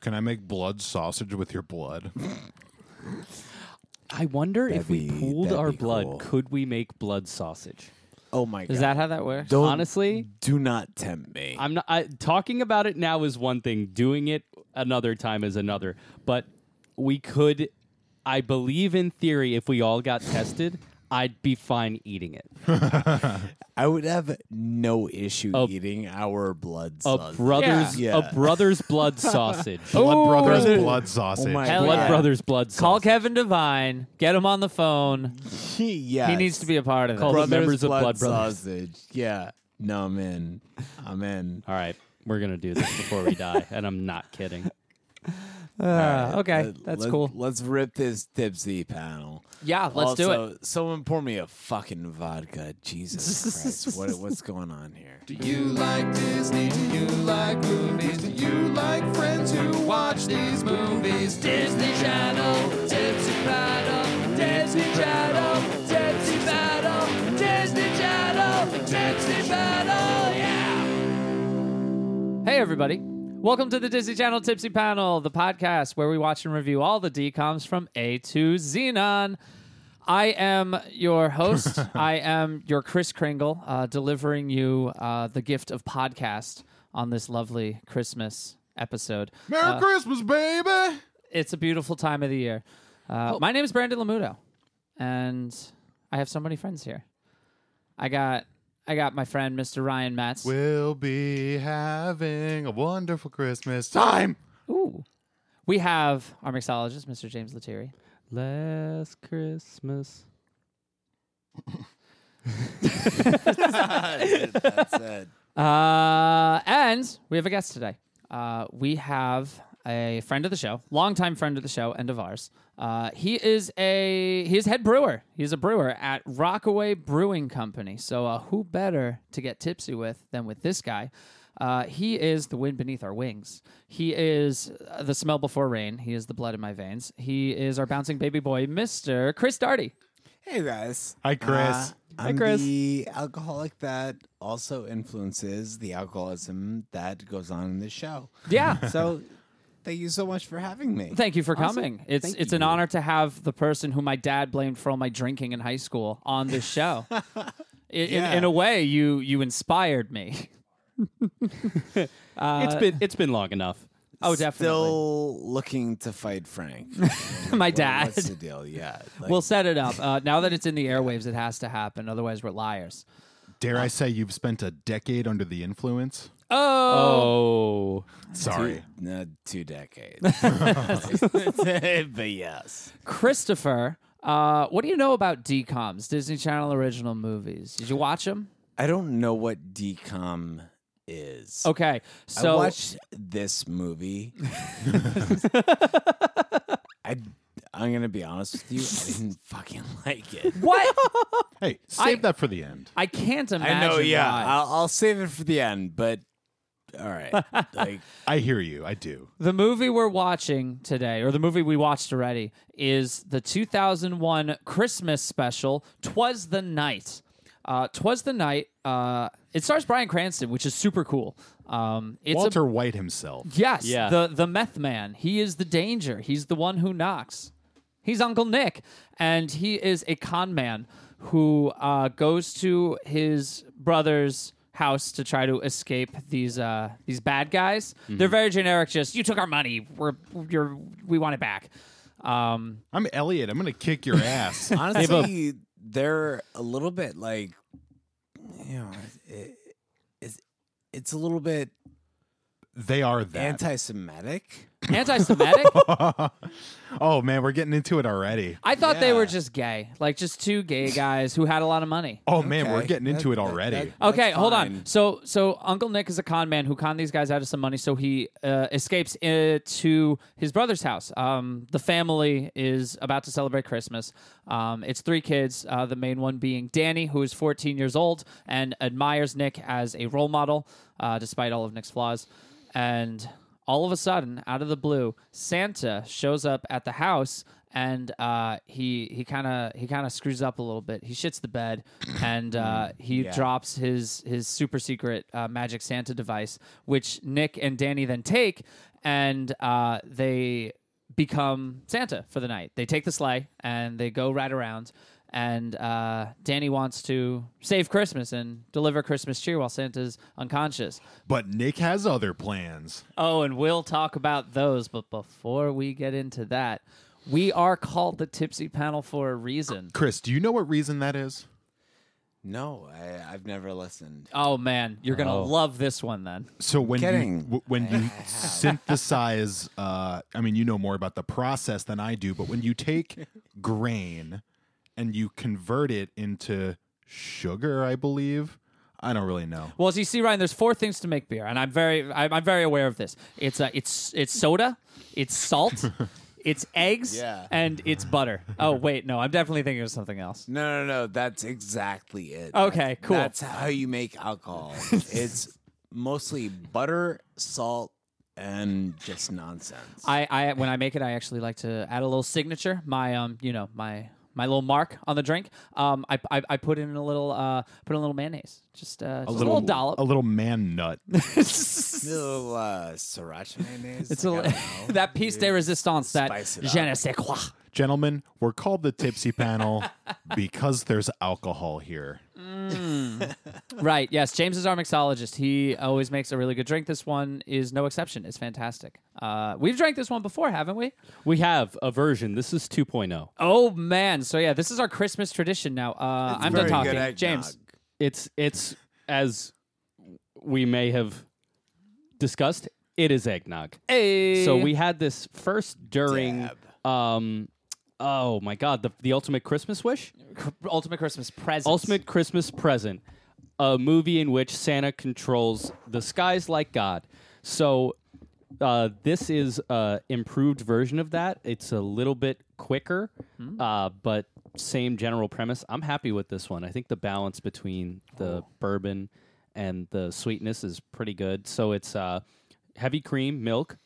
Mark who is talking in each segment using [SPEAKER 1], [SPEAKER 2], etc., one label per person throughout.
[SPEAKER 1] Can I make blood sausage with your blood?
[SPEAKER 2] I wonder if we
[SPEAKER 3] That'd be-
[SPEAKER 2] pooled
[SPEAKER 3] that'd
[SPEAKER 2] our
[SPEAKER 3] be
[SPEAKER 2] blood,
[SPEAKER 3] cool.
[SPEAKER 2] could we make blood sausage?
[SPEAKER 3] Oh my
[SPEAKER 2] Is
[SPEAKER 3] god!
[SPEAKER 2] that how that works?
[SPEAKER 3] Don't-
[SPEAKER 2] Honestly,
[SPEAKER 3] Do not tempt me.
[SPEAKER 2] I'm not I, talking about it now is one thing. Doing it another time is another. But we could, I believe in theory, if we all got tested, I'd be fine eating it.
[SPEAKER 3] I would have no issue
[SPEAKER 2] A-
[SPEAKER 3] eating our blood.
[SPEAKER 2] A
[SPEAKER 3] sausage.
[SPEAKER 2] brother's,
[SPEAKER 3] Yeah.
[SPEAKER 2] a brother's blood sausage.
[SPEAKER 1] Blood
[SPEAKER 4] Ooh.
[SPEAKER 1] brothers,
[SPEAKER 3] Brother-
[SPEAKER 1] blood sausage.
[SPEAKER 3] Oh my
[SPEAKER 4] Hell
[SPEAKER 2] blood
[SPEAKER 4] yeah.
[SPEAKER 2] brothers blood sausage.
[SPEAKER 4] Call Kevin Devine. Get him on the phone.
[SPEAKER 3] yeah,
[SPEAKER 4] He needs to be a part of
[SPEAKER 2] Call
[SPEAKER 4] this.
[SPEAKER 2] the
[SPEAKER 3] brothers,
[SPEAKER 2] members of
[SPEAKER 3] blood,
[SPEAKER 2] Blood Brothers.
[SPEAKER 3] sausage. Yeah. No, I'm in. I'm in.
[SPEAKER 2] All right, we're gonna do this before we die, and I'm not kidding.
[SPEAKER 4] Uh, okay,
[SPEAKER 3] Let-
[SPEAKER 4] that's
[SPEAKER 3] let-
[SPEAKER 4] cool.
[SPEAKER 3] Let's rip this tipsy panel.
[SPEAKER 4] Yeah, let's do it.
[SPEAKER 3] do it. Someone pour me a fucking vodka. Jesus Christ. What, what's going on here?
[SPEAKER 5] Do you like Disney? Do you like movies? Do you like friends who watch these movies? Disney Channel, Tipsy Paddle, Disney Channel, Tipsy Paddle, Disney Channel, Tipsy Paddle, yeah!
[SPEAKER 4] Hey, everybody. Welcome to the Disney Channel Tipsy Panel, the podcast where we watch and review all the DCOMs from A to Xenon. I am your host. I am your Chris Kringle, uh, delivering you uh, the gift of podcast on this lovely Christmas episode.
[SPEAKER 1] Merry
[SPEAKER 4] Uh,
[SPEAKER 1] Christmas, baby.
[SPEAKER 4] it's a beautiful time of the year. Uh, My name is Brandon Lamuto, and I have so many friends here. I got I got my friend Mr. Ryan Metz.
[SPEAKER 1] We'll be having a wonderful Christmas time.
[SPEAKER 4] Ooh. We have our mixologist, Mr. James Lettieri.
[SPEAKER 2] Last Christmas.
[SPEAKER 3] That's it. That's it.
[SPEAKER 4] Uh, and we have a guest today. Uh, we have a friend of the show, longtime friend of the show and of ours. Uh, he is a he's head brewer. He's a brewer at Rockaway Brewing Company. So uh, who better to get tipsy with than with this guy? Uh, he is the wind beneath our wings. He is uh, the smell before rain. He is the blood in my veins. He is our bouncing baby boy, Mister Chris Darty.
[SPEAKER 3] Hey, guys.
[SPEAKER 1] Hi, Chris.
[SPEAKER 3] Uh,
[SPEAKER 4] Hi,
[SPEAKER 3] I'm
[SPEAKER 4] Chris.
[SPEAKER 3] the alcoholic that also influences the alcoholism that goes on in this show.
[SPEAKER 4] Yeah.
[SPEAKER 3] So, thank you so much for having me.
[SPEAKER 4] Thank you for coming. It's
[SPEAKER 1] Thank
[SPEAKER 4] it's an
[SPEAKER 1] you.
[SPEAKER 4] honor to have the person who my dad blamed for all my drinking in high school on this show. I- in,
[SPEAKER 3] Yeah.
[SPEAKER 4] in a way, you you inspired me.
[SPEAKER 2] it's been it's been long enough.
[SPEAKER 4] Oh, definitely.
[SPEAKER 3] Still looking to fight Frank.
[SPEAKER 4] my
[SPEAKER 3] What-
[SPEAKER 4] dad.
[SPEAKER 3] What's the deal? Yeah. like-
[SPEAKER 4] We'll set it up. Uh, now that it's in the airwaves, it has to happen. Otherwise, we're liars.
[SPEAKER 1] Dare I say you've spent a decade under the influence?
[SPEAKER 2] Oh,
[SPEAKER 4] Oh,
[SPEAKER 1] Sorry.
[SPEAKER 3] No, two decades. but yes.
[SPEAKER 4] Christopher, uh, what do you know about DComs, Disney Channel original movies? Did you watch them?
[SPEAKER 3] I don't know what DCOM is.
[SPEAKER 4] Okay,
[SPEAKER 3] I
[SPEAKER 4] so
[SPEAKER 3] watched this movie. I, I'm going to be honest with you. I didn't fucking like it.
[SPEAKER 4] what?
[SPEAKER 1] Hey, save
[SPEAKER 4] I-
[SPEAKER 1] that for the end.
[SPEAKER 4] I can't imagine.
[SPEAKER 3] I know, yeah.
[SPEAKER 4] why.
[SPEAKER 3] I'll, I'll save it for the end, but all right. Like,
[SPEAKER 1] I hear you. I do.
[SPEAKER 4] The movie we're watching today, or the movie we watched already, is the 2001 Christmas special, Twas the Night. Uh, Twas the Night, uh, it stars Brian Cranston, which is super cool. Um, it's
[SPEAKER 1] Walter
[SPEAKER 4] A,
[SPEAKER 1] White himself.
[SPEAKER 4] yes,
[SPEAKER 2] Yeah.
[SPEAKER 4] the, the meth man. He is the danger. He's the one who knocks. He's Uncle Nick, and he is a con man who uh, goes to his brother's house to try to escape these uh, these bad guys. They're very generic. Just you took our money. We're you're we want it back. Um,
[SPEAKER 1] I'm Elliot. I'm going to kick your ass.
[SPEAKER 3] honestly, they're a little bit like, you know, it, it's, it's a little bit
[SPEAKER 1] they are that.
[SPEAKER 3] anti-Semitic.
[SPEAKER 4] Anti-Semitic.
[SPEAKER 1] oh, man, we're getting into it already.
[SPEAKER 4] I thought they
[SPEAKER 3] Yeah.
[SPEAKER 4] were just gay, like just two gay guys who had a lot of money.
[SPEAKER 1] Oh, man, we're
[SPEAKER 3] Okay.
[SPEAKER 1] getting into it
[SPEAKER 3] That- that-
[SPEAKER 1] already.
[SPEAKER 3] that- that's
[SPEAKER 4] Okay, hold on.
[SPEAKER 3] fine.
[SPEAKER 4] So, so Uncle Nick is a con man who conned these guys out of some money. So he uh, escapes uh, to his brother's house. Um, the family is about to celebrate Christmas. Um, it's three kids. Uh, the main one being Danny, who is 14 years old and admires Nick as a role model, uh, despite all of Nick's flaws. And all of a sudden, out of the blue, Santa shows up at the house and uh, he he kind of he kind of screws up a little bit. He shits the bed, and uh, he drops his his super secret uh, magic Santa device, which Nick and Danny then take, and uh, they become Santa for the night. They take the sleigh and they go right around. And uh, Danny wants to save Christmas and deliver Christmas cheer while Santa's unconscious.
[SPEAKER 1] But Nick has other plans.
[SPEAKER 4] Oh, and we'll talk about those. But before we get into that, we are called the Tipsy Panel for a reason.
[SPEAKER 1] Chris, do you know what reason that is?
[SPEAKER 3] No, I, I've never listened.
[SPEAKER 4] Oh man, you're gonna love this one then.
[SPEAKER 1] So when
[SPEAKER 3] Kidding.
[SPEAKER 1] you w- when you synthesize, uh, I mean, you know more about the process than I do. But when you take grain and you convert it into sugar, I believe I don't really know.
[SPEAKER 4] Well, as you see, Ryan, there's four things to make beer, and I'm very, I'm, I'm very aware of this. It's uh, it's it's soda, it's salt, it's eggs,
[SPEAKER 3] Yeah.
[SPEAKER 4] and it's butter. Oh wait, no, I'm definitely thinking of something else.
[SPEAKER 3] No, no, no. That's exactly it.
[SPEAKER 4] Okay,
[SPEAKER 3] That's-
[SPEAKER 4] cool.
[SPEAKER 3] That's how you make alcohol. it's mostly butter, salt, and just nonsense.
[SPEAKER 4] I, I when I make it, I actually like to add a little signature, my um, you know, my my little mark on the drink. Um, I I, I put in a little uh, put in a little mayonnaise, just uh, just a little, dollop.
[SPEAKER 1] a little man nut.
[SPEAKER 3] little uh, sriracha mayonnaise.
[SPEAKER 4] It's a li- that piece de resistance, that
[SPEAKER 3] oh, Spice it
[SPEAKER 4] je
[SPEAKER 3] up.
[SPEAKER 4] ne sais quoi.
[SPEAKER 1] Gentlemen, we're called the tipsy panel because there's alcohol here.
[SPEAKER 4] Right. Yes. James is our mixologist. He always makes a really good drink. This one is no exception. It's fantastic. Uh, we've drank this one before, haven't we?
[SPEAKER 2] We have a version. This is 2.0.
[SPEAKER 4] Oh man. So yeah, this is our Christmas tradition now. Uh, I'm done
[SPEAKER 3] very good
[SPEAKER 4] talking.
[SPEAKER 3] eggnog.
[SPEAKER 4] James.
[SPEAKER 2] It's it's as we may have discussed. It is eggnog.
[SPEAKER 4] Hey.
[SPEAKER 2] So we had this first during.
[SPEAKER 3] Dab.
[SPEAKER 2] Um, oh my God, the the ultimate Christmas wish.
[SPEAKER 4] ultimate Christmas present.
[SPEAKER 2] Ultimate Christmas Present, a movie in which Santa controls the skies like God. So uh, this is a improved version of that. It's a little bit quicker, uh, but same general premise. I'm happy with this one. I think the balance between the bourbon and the sweetness is pretty good. So it's uh, heavy cream, milk,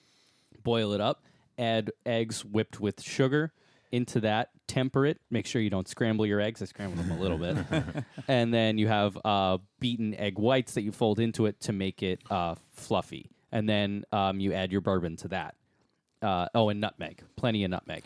[SPEAKER 2] boil it up, add eggs whipped with sugar into that, temper it, make sure you don't scramble your eggs. I scrambled them a little bit. and then you have uh, beaten egg whites that you fold into it to make it uh, fluffy. And then um, you add your bourbon to that. Uh, oh, and nutmeg, plenty of nutmeg.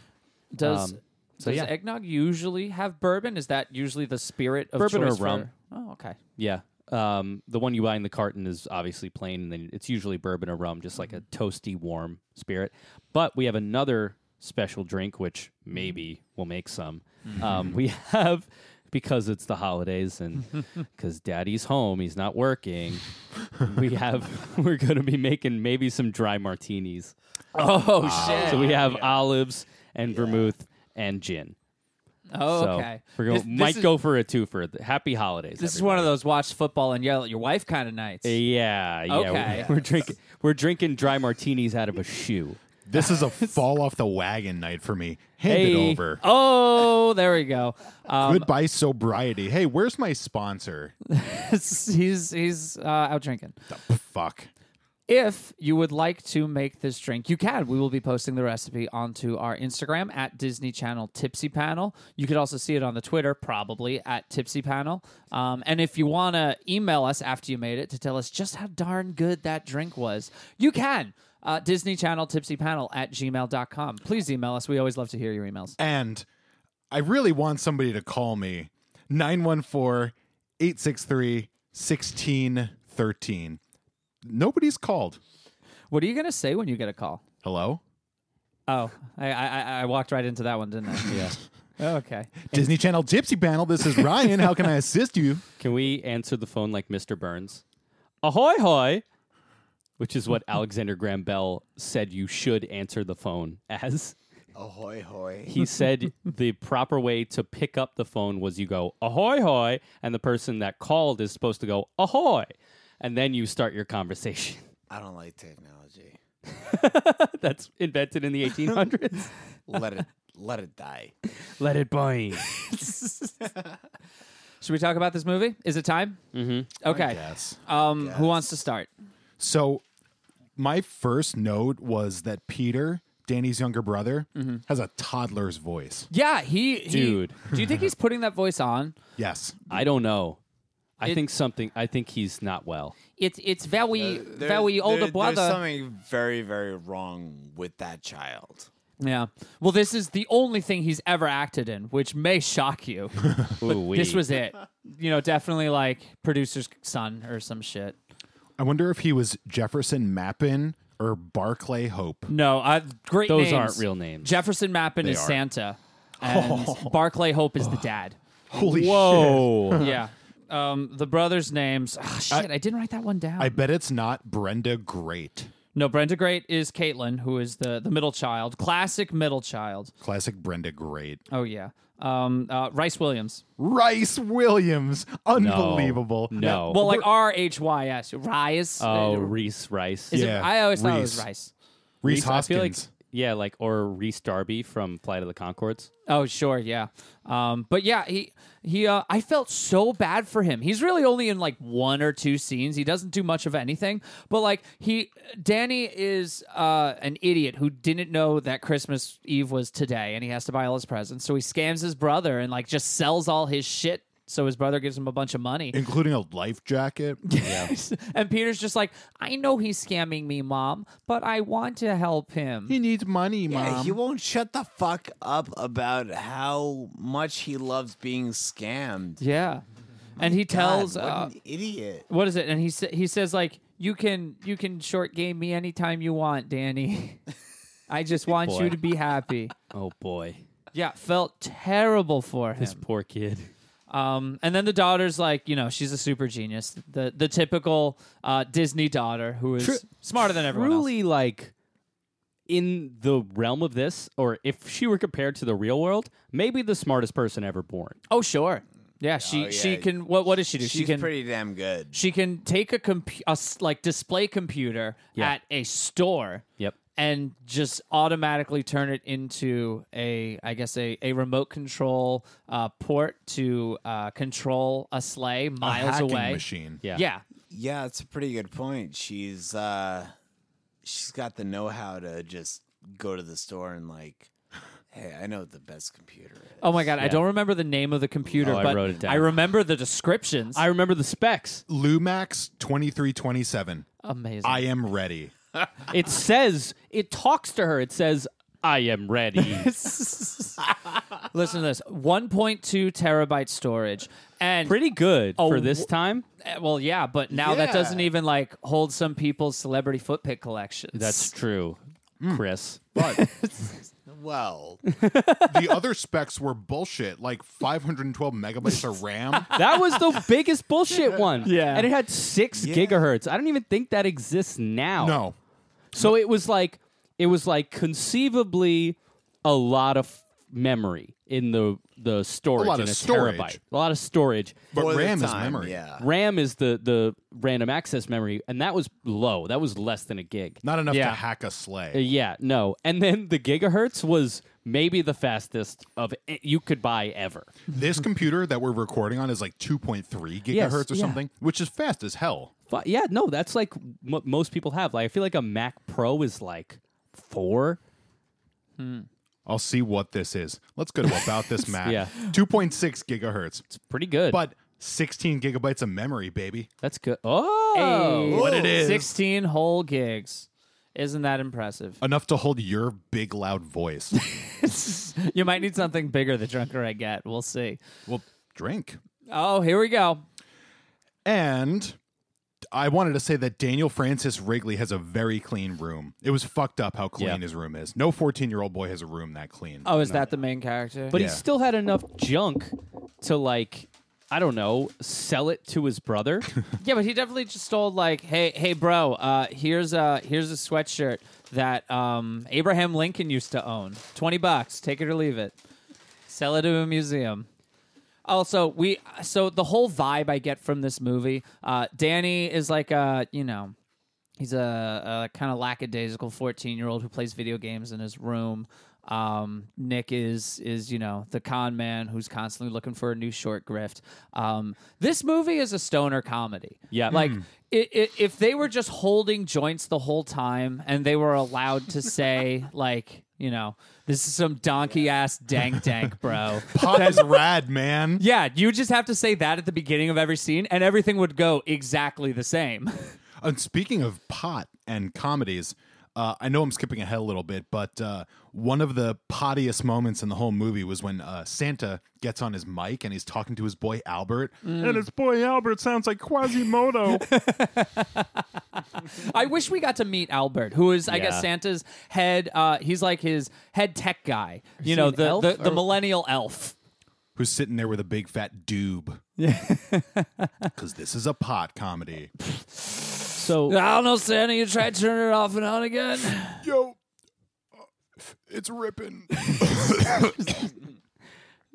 [SPEAKER 4] Does
[SPEAKER 2] Um, so
[SPEAKER 4] does
[SPEAKER 2] yeah.
[SPEAKER 4] eggnog usually have bourbon? Is that usually the spirit of
[SPEAKER 2] Bourbon or
[SPEAKER 4] choice for-
[SPEAKER 2] rum.
[SPEAKER 4] Oh, okay.
[SPEAKER 2] Yeah. Um, the one you buy in the carton is obviously plain, and then it's usually bourbon or rum, just like a
[SPEAKER 4] Mm-hmm.
[SPEAKER 2] toasty, warm spirit. But we have another special drink, which
[SPEAKER 4] Mm.
[SPEAKER 2] maybe we'll make some.
[SPEAKER 4] Mm-hmm.
[SPEAKER 2] Um, we have, because it's the holidays and because daddy's home, he's not working, we have, we're going to be making maybe some dry martinis.
[SPEAKER 4] Oh shit.
[SPEAKER 2] So we have olives and vermouth and gin.
[SPEAKER 4] oh,
[SPEAKER 2] So
[SPEAKER 4] okay.
[SPEAKER 2] We're gonna,
[SPEAKER 4] This- this
[SPEAKER 2] might
[SPEAKER 4] is-
[SPEAKER 2] go for a twofer. Happy holidays.
[SPEAKER 4] This is
[SPEAKER 2] everybody.
[SPEAKER 4] one of those watch football and yell at your wife kind of nights.
[SPEAKER 2] Yeah, yeah.
[SPEAKER 4] Okay.
[SPEAKER 2] We're, we're drinking we're drinking dry martinis out of a shoe.
[SPEAKER 1] This is a fall off the wagon night for me. Hand it
[SPEAKER 2] Hey.
[SPEAKER 1] over.
[SPEAKER 4] Oh, there we go. Um,
[SPEAKER 1] Goodbye sobriety. Hey, where's my sponsor?
[SPEAKER 4] he's he's uh, out drinking.
[SPEAKER 1] the fuck.
[SPEAKER 4] If you would like to make this drink, you can. We will be posting the recipe onto our Instagram at Disney Channel Tipsy Panel. You could also see it on the Twitter, probably at Tipsy Panel. Um, and if you want to email us after you made it to tell us just how darn good that drink was, you can. Uh, Disney Channel Tipsy Panel at gmail.com. Please email us. We always love to hear your emails.
[SPEAKER 1] And I really want somebody to call me 914 863 1613. Nobody's called.
[SPEAKER 4] What are you going to say when you get a call?
[SPEAKER 1] Hello?
[SPEAKER 4] Oh, I, I, I- I walked right into that one, didn't I? Yeah. okay.
[SPEAKER 1] Disney Channel Gypsy Panel. This is Ryan. How can I assist you?
[SPEAKER 2] Can we answer the phone like Mr. Burns? Ahoy hoy. Which is what Alexander Graham Bell said you should answer the phone as.
[SPEAKER 3] Ahoy, hoy.
[SPEAKER 2] He said the proper way to pick up the phone was you go ahoy hoy and the person that called is supposed to go ahoy and then you start your conversation.
[SPEAKER 3] I don't like technology.
[SPEAKER 2] That's invented in the 1800s.
[SPEAKER 3] Let it, let it die.
[SPEAKER 2] Let it burn.
[SPEAKER 4] Should we talk about this movie? Is it time? Mm-hmm. Okay.
[SPEAKER 1] Yes.
[SPEAKER 4] Um, who wants to start?
[SPEAKER 1] So, my first note was that Peter, Danny's younger brother, has a toddler's voice.
[SPEAKER 4] Yeah, he, he-
[SPEAKER 2] Dude.
[SPEAKER 4] do you think he's putting that voice on?
[SPEAKER 1] Yes.
[SPEAKER 2] I don't know. I think something. I think he's not well.
[SPEAKER 4] It's it's very
[SPEAKER 3] There-
[SPEAKER 4] very older
[SPEAKER 3] there- There's
[SPEAKER 4] brother.
[SPEAKER 3] something very, very wrong with that child.
[SPEAKER 4] Yeah. Well, this is the only thing he's ever acted in, which may shock you.
[SPEAKER 2] Ooh-wee.
[SPEAKER 4] this was it. You know, definitely like producer's son or some shit.
[SPEAKER 1] I wonder if he was Jefferson Mappin or Barclay Hope.
[SPEAKER 4] No, uh, great.
[SPEAKER 2] Those
[SPEAKER 4] names.
[SPEAKER 2] aren't real names.
[SPEAKER 4] Jefferson Mappin is
[SPEAKER 1] are.
[SPEAKER 4] Santa, and Barclay Hope is the dad.
[SPEAKER 1] Holy shit.
[SPEAKER 2] Whoa!
[SPEAKER 4] yeah. Um, the brothers' names. Ah, shit, I, didn't write that one down.
[SPEAKER 1] I bet it's not Brenda Great.
[SPEAKER 4] no, Brenda Great is Caitlin, who is the the middle child, classic middle child.
[SPEAKER 1] Classic Brenda Great.
[SPEAKER 4] Oh yeah. Um, uh, Rice Williams.
[SPEAKER 1] Rice Williams. Unbelievable.
[SPEAKER 2] No.
[SPEAKER 4] Well, like R H Y S. Rice.
[SPEAKER 2] oh,
[SPEAKER 4] Uh,
[SPEAKER 2] Reese Rice.
[SPEAKER 4] is it-
[SPEAKER 1] Yeah,
[SPEAKER 4] I always thought it was
[SPEAKER 1] Reese.
[SPEAKER 4] Rice.
[SPEAKER 1] Reese,
[SPEAKER 2] I
[SPEAKER 1] Hoskins.
[SPEAKER 2] feel like yeah, like or Reese Darby from Flight of the Concords.
[SPEAKER 4] Oh sure, yeah. Um, but yeah, he he. Uh, I felt so bad for him. He's really only in like one or two scenes. He doesn't do much of anything. But like he, Danny is uh, an idiot who didn't know that Christmas Eve was today, and he has to buy all his presents. So he scams his brother and like just sells all his shit. So his brother gives him a bunch of money.
[SPEAKER 1] Including a life jacket.
[SPEAKER 4] and Peter's just like, I know he's scamming me, mom, but I want to help him.
[SPEAKER 1] he needs money, mom.
[SPEAKER 3] Yeah, he
[SPEAKER 4] Um,
[SPEAKER 3] won't shut the fuck up about how much he loves being scammed.
[SPEAKER 4] yeah. And he tells
[SPEAKER 3] God,
[SPEAKER 4] uh,
[SPEAKER 3] what an idiot.
[SPEAKER 4] what is it? And he sa- he says like you can you can short game me anytime you want, Danny. I just want
[SPEAKER 2] boy.
[SPEAKER 4] you to be happy.
[SPEAKER 2] Oh boy,
[SPEAKER 4] yeah, felt terrible for
[SPEAKER 2] this
[SPEAKER 4] him.
[SPEAKER 2] poor kid.
[SPEAKER 4] Um, and then the daughter's like, you know, she's a super genius. The the typical uh, Disney daughter who is
[SPEAKER 2] Tru-
[SPEAKER 4] smarter than everyone else.
[SPEAKER 2] Truly, like in the realm of this, or if she were compared to the real world, maybe the smartest person ever born.
[SPEAKER 4] Oh sure, yeah. She
[SPEAKER 2] Oh,
[SPEAKER 3] yeah.
[SPEAKER 4] she can. What what does she do?
[SPEAKER 3] She's
[SPEAKER 4] she can
[SPEAKER 3] pretty damn good.
[SPEAKER 4] she can take a, compu- a s- like display computer
[SPEAKER 2] Yeah.
[SPEAKER 4] at a store
[SPEAKER 2] Yep.
[SPEAKER 4] and just automatically turn it into a i guess a, a remote control uh, port to uh, control a sleigh
[SPEAKER 1] a
[SPEAKER 4] miles
[SPEAKER 1] hacking
[SPEAKER 4] away
[SPEAKER 1] machine.
[SPEAKER 2] Yeah.
[SPEAKER 4] yeah
[SPEAKER 3] Yeah, it's a pretty good point. She's uh she's got the know-how to just go to the store and like, hey, I know what the best computer is.
[SPEAKER 4] oh my god i don't remember the name of the computer
[SPEAKER 2] Oh, I
[SPEAKER 4] but
[SPEAKER 2] wrote it down.
[SPEAKER 4] I remember the descriptions
[SPEAKER 2] I remember the specs.
[SPEAKER 1] Lumax 2327.
[SPEAKER 4] amazing
[SPEAKER 1] I am ready.
[SPEAKER 2] It says it talks to her. It says, "I am ready."
[SPEAKER 4] listen to this 1.2 terabyte storage and
[SPEAKER 2] Pretty good
[SPEAKER 4] Oh,
[SPEAKER 2] for this time.
[SPEAKER 4] eh, well yeah but now that
[SPEAKER 3] Yeah.
[SPEAKER 4] doesn't even like hold some people's celebrity foot pick collections
[SPEAKER 2] That's true, Chris.
[SPEAKER 1] But
[SPEAKER 3] Well,
[SPEAKER 1] the other specs were bullshit, like 512 megabytes of RAM.
[SPEAKER 2] That was the biggest bullshit one.
[SPEAKER 4] Yeah.
[SPEAKER 2] And it had six gigahertz. I don't even think that exists now.
[SPEAKER 1] No.
[SPEAKER 2] So it was like it was like conceivably a lot of memory in the the storage
[SPEAKER 1] lot
[SPEAKER 2] in
[SPEAKER 1] of
[SPEAKER 2] a
[SPEAKER 1] storage.
[SPEAKER 2] terabyte. A lot of storage.
[SPEAKER 1] But
[SPEAKER 3] for the
[SPEAKER 1] RAM is
[SPEAKER 3] time,
[SPEAKER 1] memory.
[SPEAKER 3] Yeah.
[SPEAKER 2] RAM is the the random access memory and that was low. That was less than a gig.
[SPEAKER 1] Not enough
[SPEAKER 4] Yeah.
[SPEAKER 1] to hack a
[SPEAKER 2] Uh,
[SPEAKER 1] sleigh.
[SPEAKER 2] Yeah, no. And then the gigahertz was maybe the fastest of a- you could buy ever.
[SPEAKER 1] This computer that we're recording on is like 2.3 gigahertz
[SPEAKER 2] Yes,
[SPEAKER 1] or
[SPEAKER 2] yeah.
[SPEAKER 1] something, which is fast as hell.
[SPEAKER 2] But yeah, no, that's like m- most people have. Like I feel like a Mac Pro is like 4
[SPEAKER 1] I'll see what this is. Let's go to about this Mac.
[SPEAKER 2] Yeah.
[SPEAKER 1] 2.6 gigahertz,
[SPEAKER 2] Pretty good.
[SPEAKER 1] but 16 gigabytes of memory, baby.
[SPEAKER 2] that's good. Oh,
[SPEAKER 1] What it is.
[SPEAKER 4] 16 whole gigs. Isn't that impressive?
[SPEAKER 1] Enough to hold your big loud voice.
[SPEAKER 4] You might need something bigger the drunker I get. We'll see.
[SPEAKER 1] well, drink.
[SPEAKER 4] Oh, here we go.
[SPEAKER 1] And I wanted to say that Daniel Francis Wrigley has a very clean room. It was fucked up how clean
[SPEAKER 2] Yeah.
[SPEAKER 1] his room is. No 14 year old boy has a room that clean.
[SPEAKER 4] Oh, is that the main character?
[SPEAKER 2] but
[SPEAKER 1] Yeah.
[SPEAKER 2] he still had enough junk to like, I don't know, sell it to his brother.
[SPEAKER 4] yeah, but he definitely just told like, "Hey, hey bro, uh here's a here's a sweatshirt that um Abraham Lincoln used to own. 20 bucks. Take it or leave it. Sell it to a museum." Also, we so the whole vibe I get from this movie, uh Danny is like a, you know, He's a, a kind of lackadaisical 14 year old who plays video games in his room. Um, Nick is is you know the con man who's constantly looking for a new short grift. Um, this movie is a stoner comedy.
[SPEAKER 2] Yeah.
[SPEAKER 4] like i i if they were just holding joints the whole time and they were allowed to say like you know this is some donkey ass dank dank bro.
[SPEAKER 1] Pot is rad, man.
[SPEAKER 4] Yeah, you just have to say that at the beginning of every scene, and everything would go exactly the same.
[SPEAKER 1] And speaking of pot and comedies, uh, I know I'm skipping ahead a little bit, but uh, one of the pottiest moments in the whole movie was when uh, Santa gets on his mic and he's talking to his boy Albert, and his boy Albert sounds like Quasimodo.
[SPEAKER 4] I wish we got to meet Albert, who is, I
[SPEAKER 2] Yeah.
[SPEAKER 4] guess, Santa's head. Uh, he's like his head tech guy. You know,
[SPEAKER 2] an
[SPEAKER 4] the,
[SPEAKER 2] elf
[SPEAKER 4] the, the
[SPEAKER 2] or-
[SPEAKER 4] millennial elf.
[SPEAKER 1] who's sitting there with a big fat doob. Because this is a pot comedy.
[SPEAKER 2] So
[SPEAKER 4] I don't know, Santa. You try to turn it off and on again.
[SPEAKER 1] Yo, uh, it's ripping.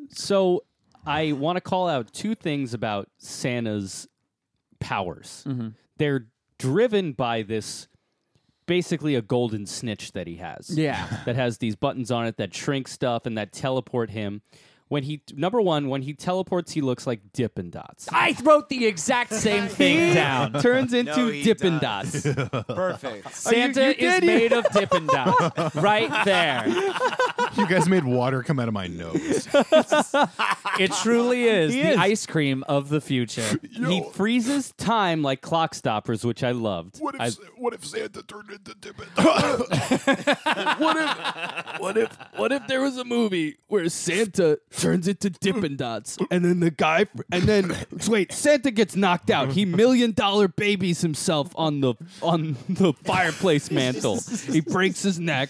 [SPEAKER 2] So I want to call out two things about Santa's powers. They're driven by this basically a golden snitch that he has.
[SPEAKER 4] Yeah.
[SPEAKER 2] That has these buttons on it that shrink stuff and that teleport him. When he number one, when he teleports, he looks like Dippin' Dots.
[SPEAKER 4] I wrote the exact same thing down.
[SPEAKER 2] Turns into
[SPEAKER 3] he
[SPEAKER 2] Dippin' Dots.
[SPEAKER 3] Perfect.
[SPEAKER 4] Santa
[SPEAKER 2] you
[SPEAKER 4] is
[SPEAKER 2] did, you-
[SPEAKER 4] made of dip and dot. right there.
[SPEAKER 1] you guys made water come out of my nose.
[SPEAKER 4] It truly is
[SPEAKER 2] He
[SPEAKER 4] the
[SPEAKER 2] is.
[SPEAKER 4] ice cream of the future.
[SPEAKER 2] He freezes time like clock stoppers, which I loved. I-
[SPEAKER 1] what if Santa turned into Dippin'?
[SPEAKER 2] What if what if there was a movie where Santa turns into Dippin' Dots, and then the guy, and then wait, Santa gets knocked out. He million dollar babies himself on the on the fireplace mantle. He breaks his neck,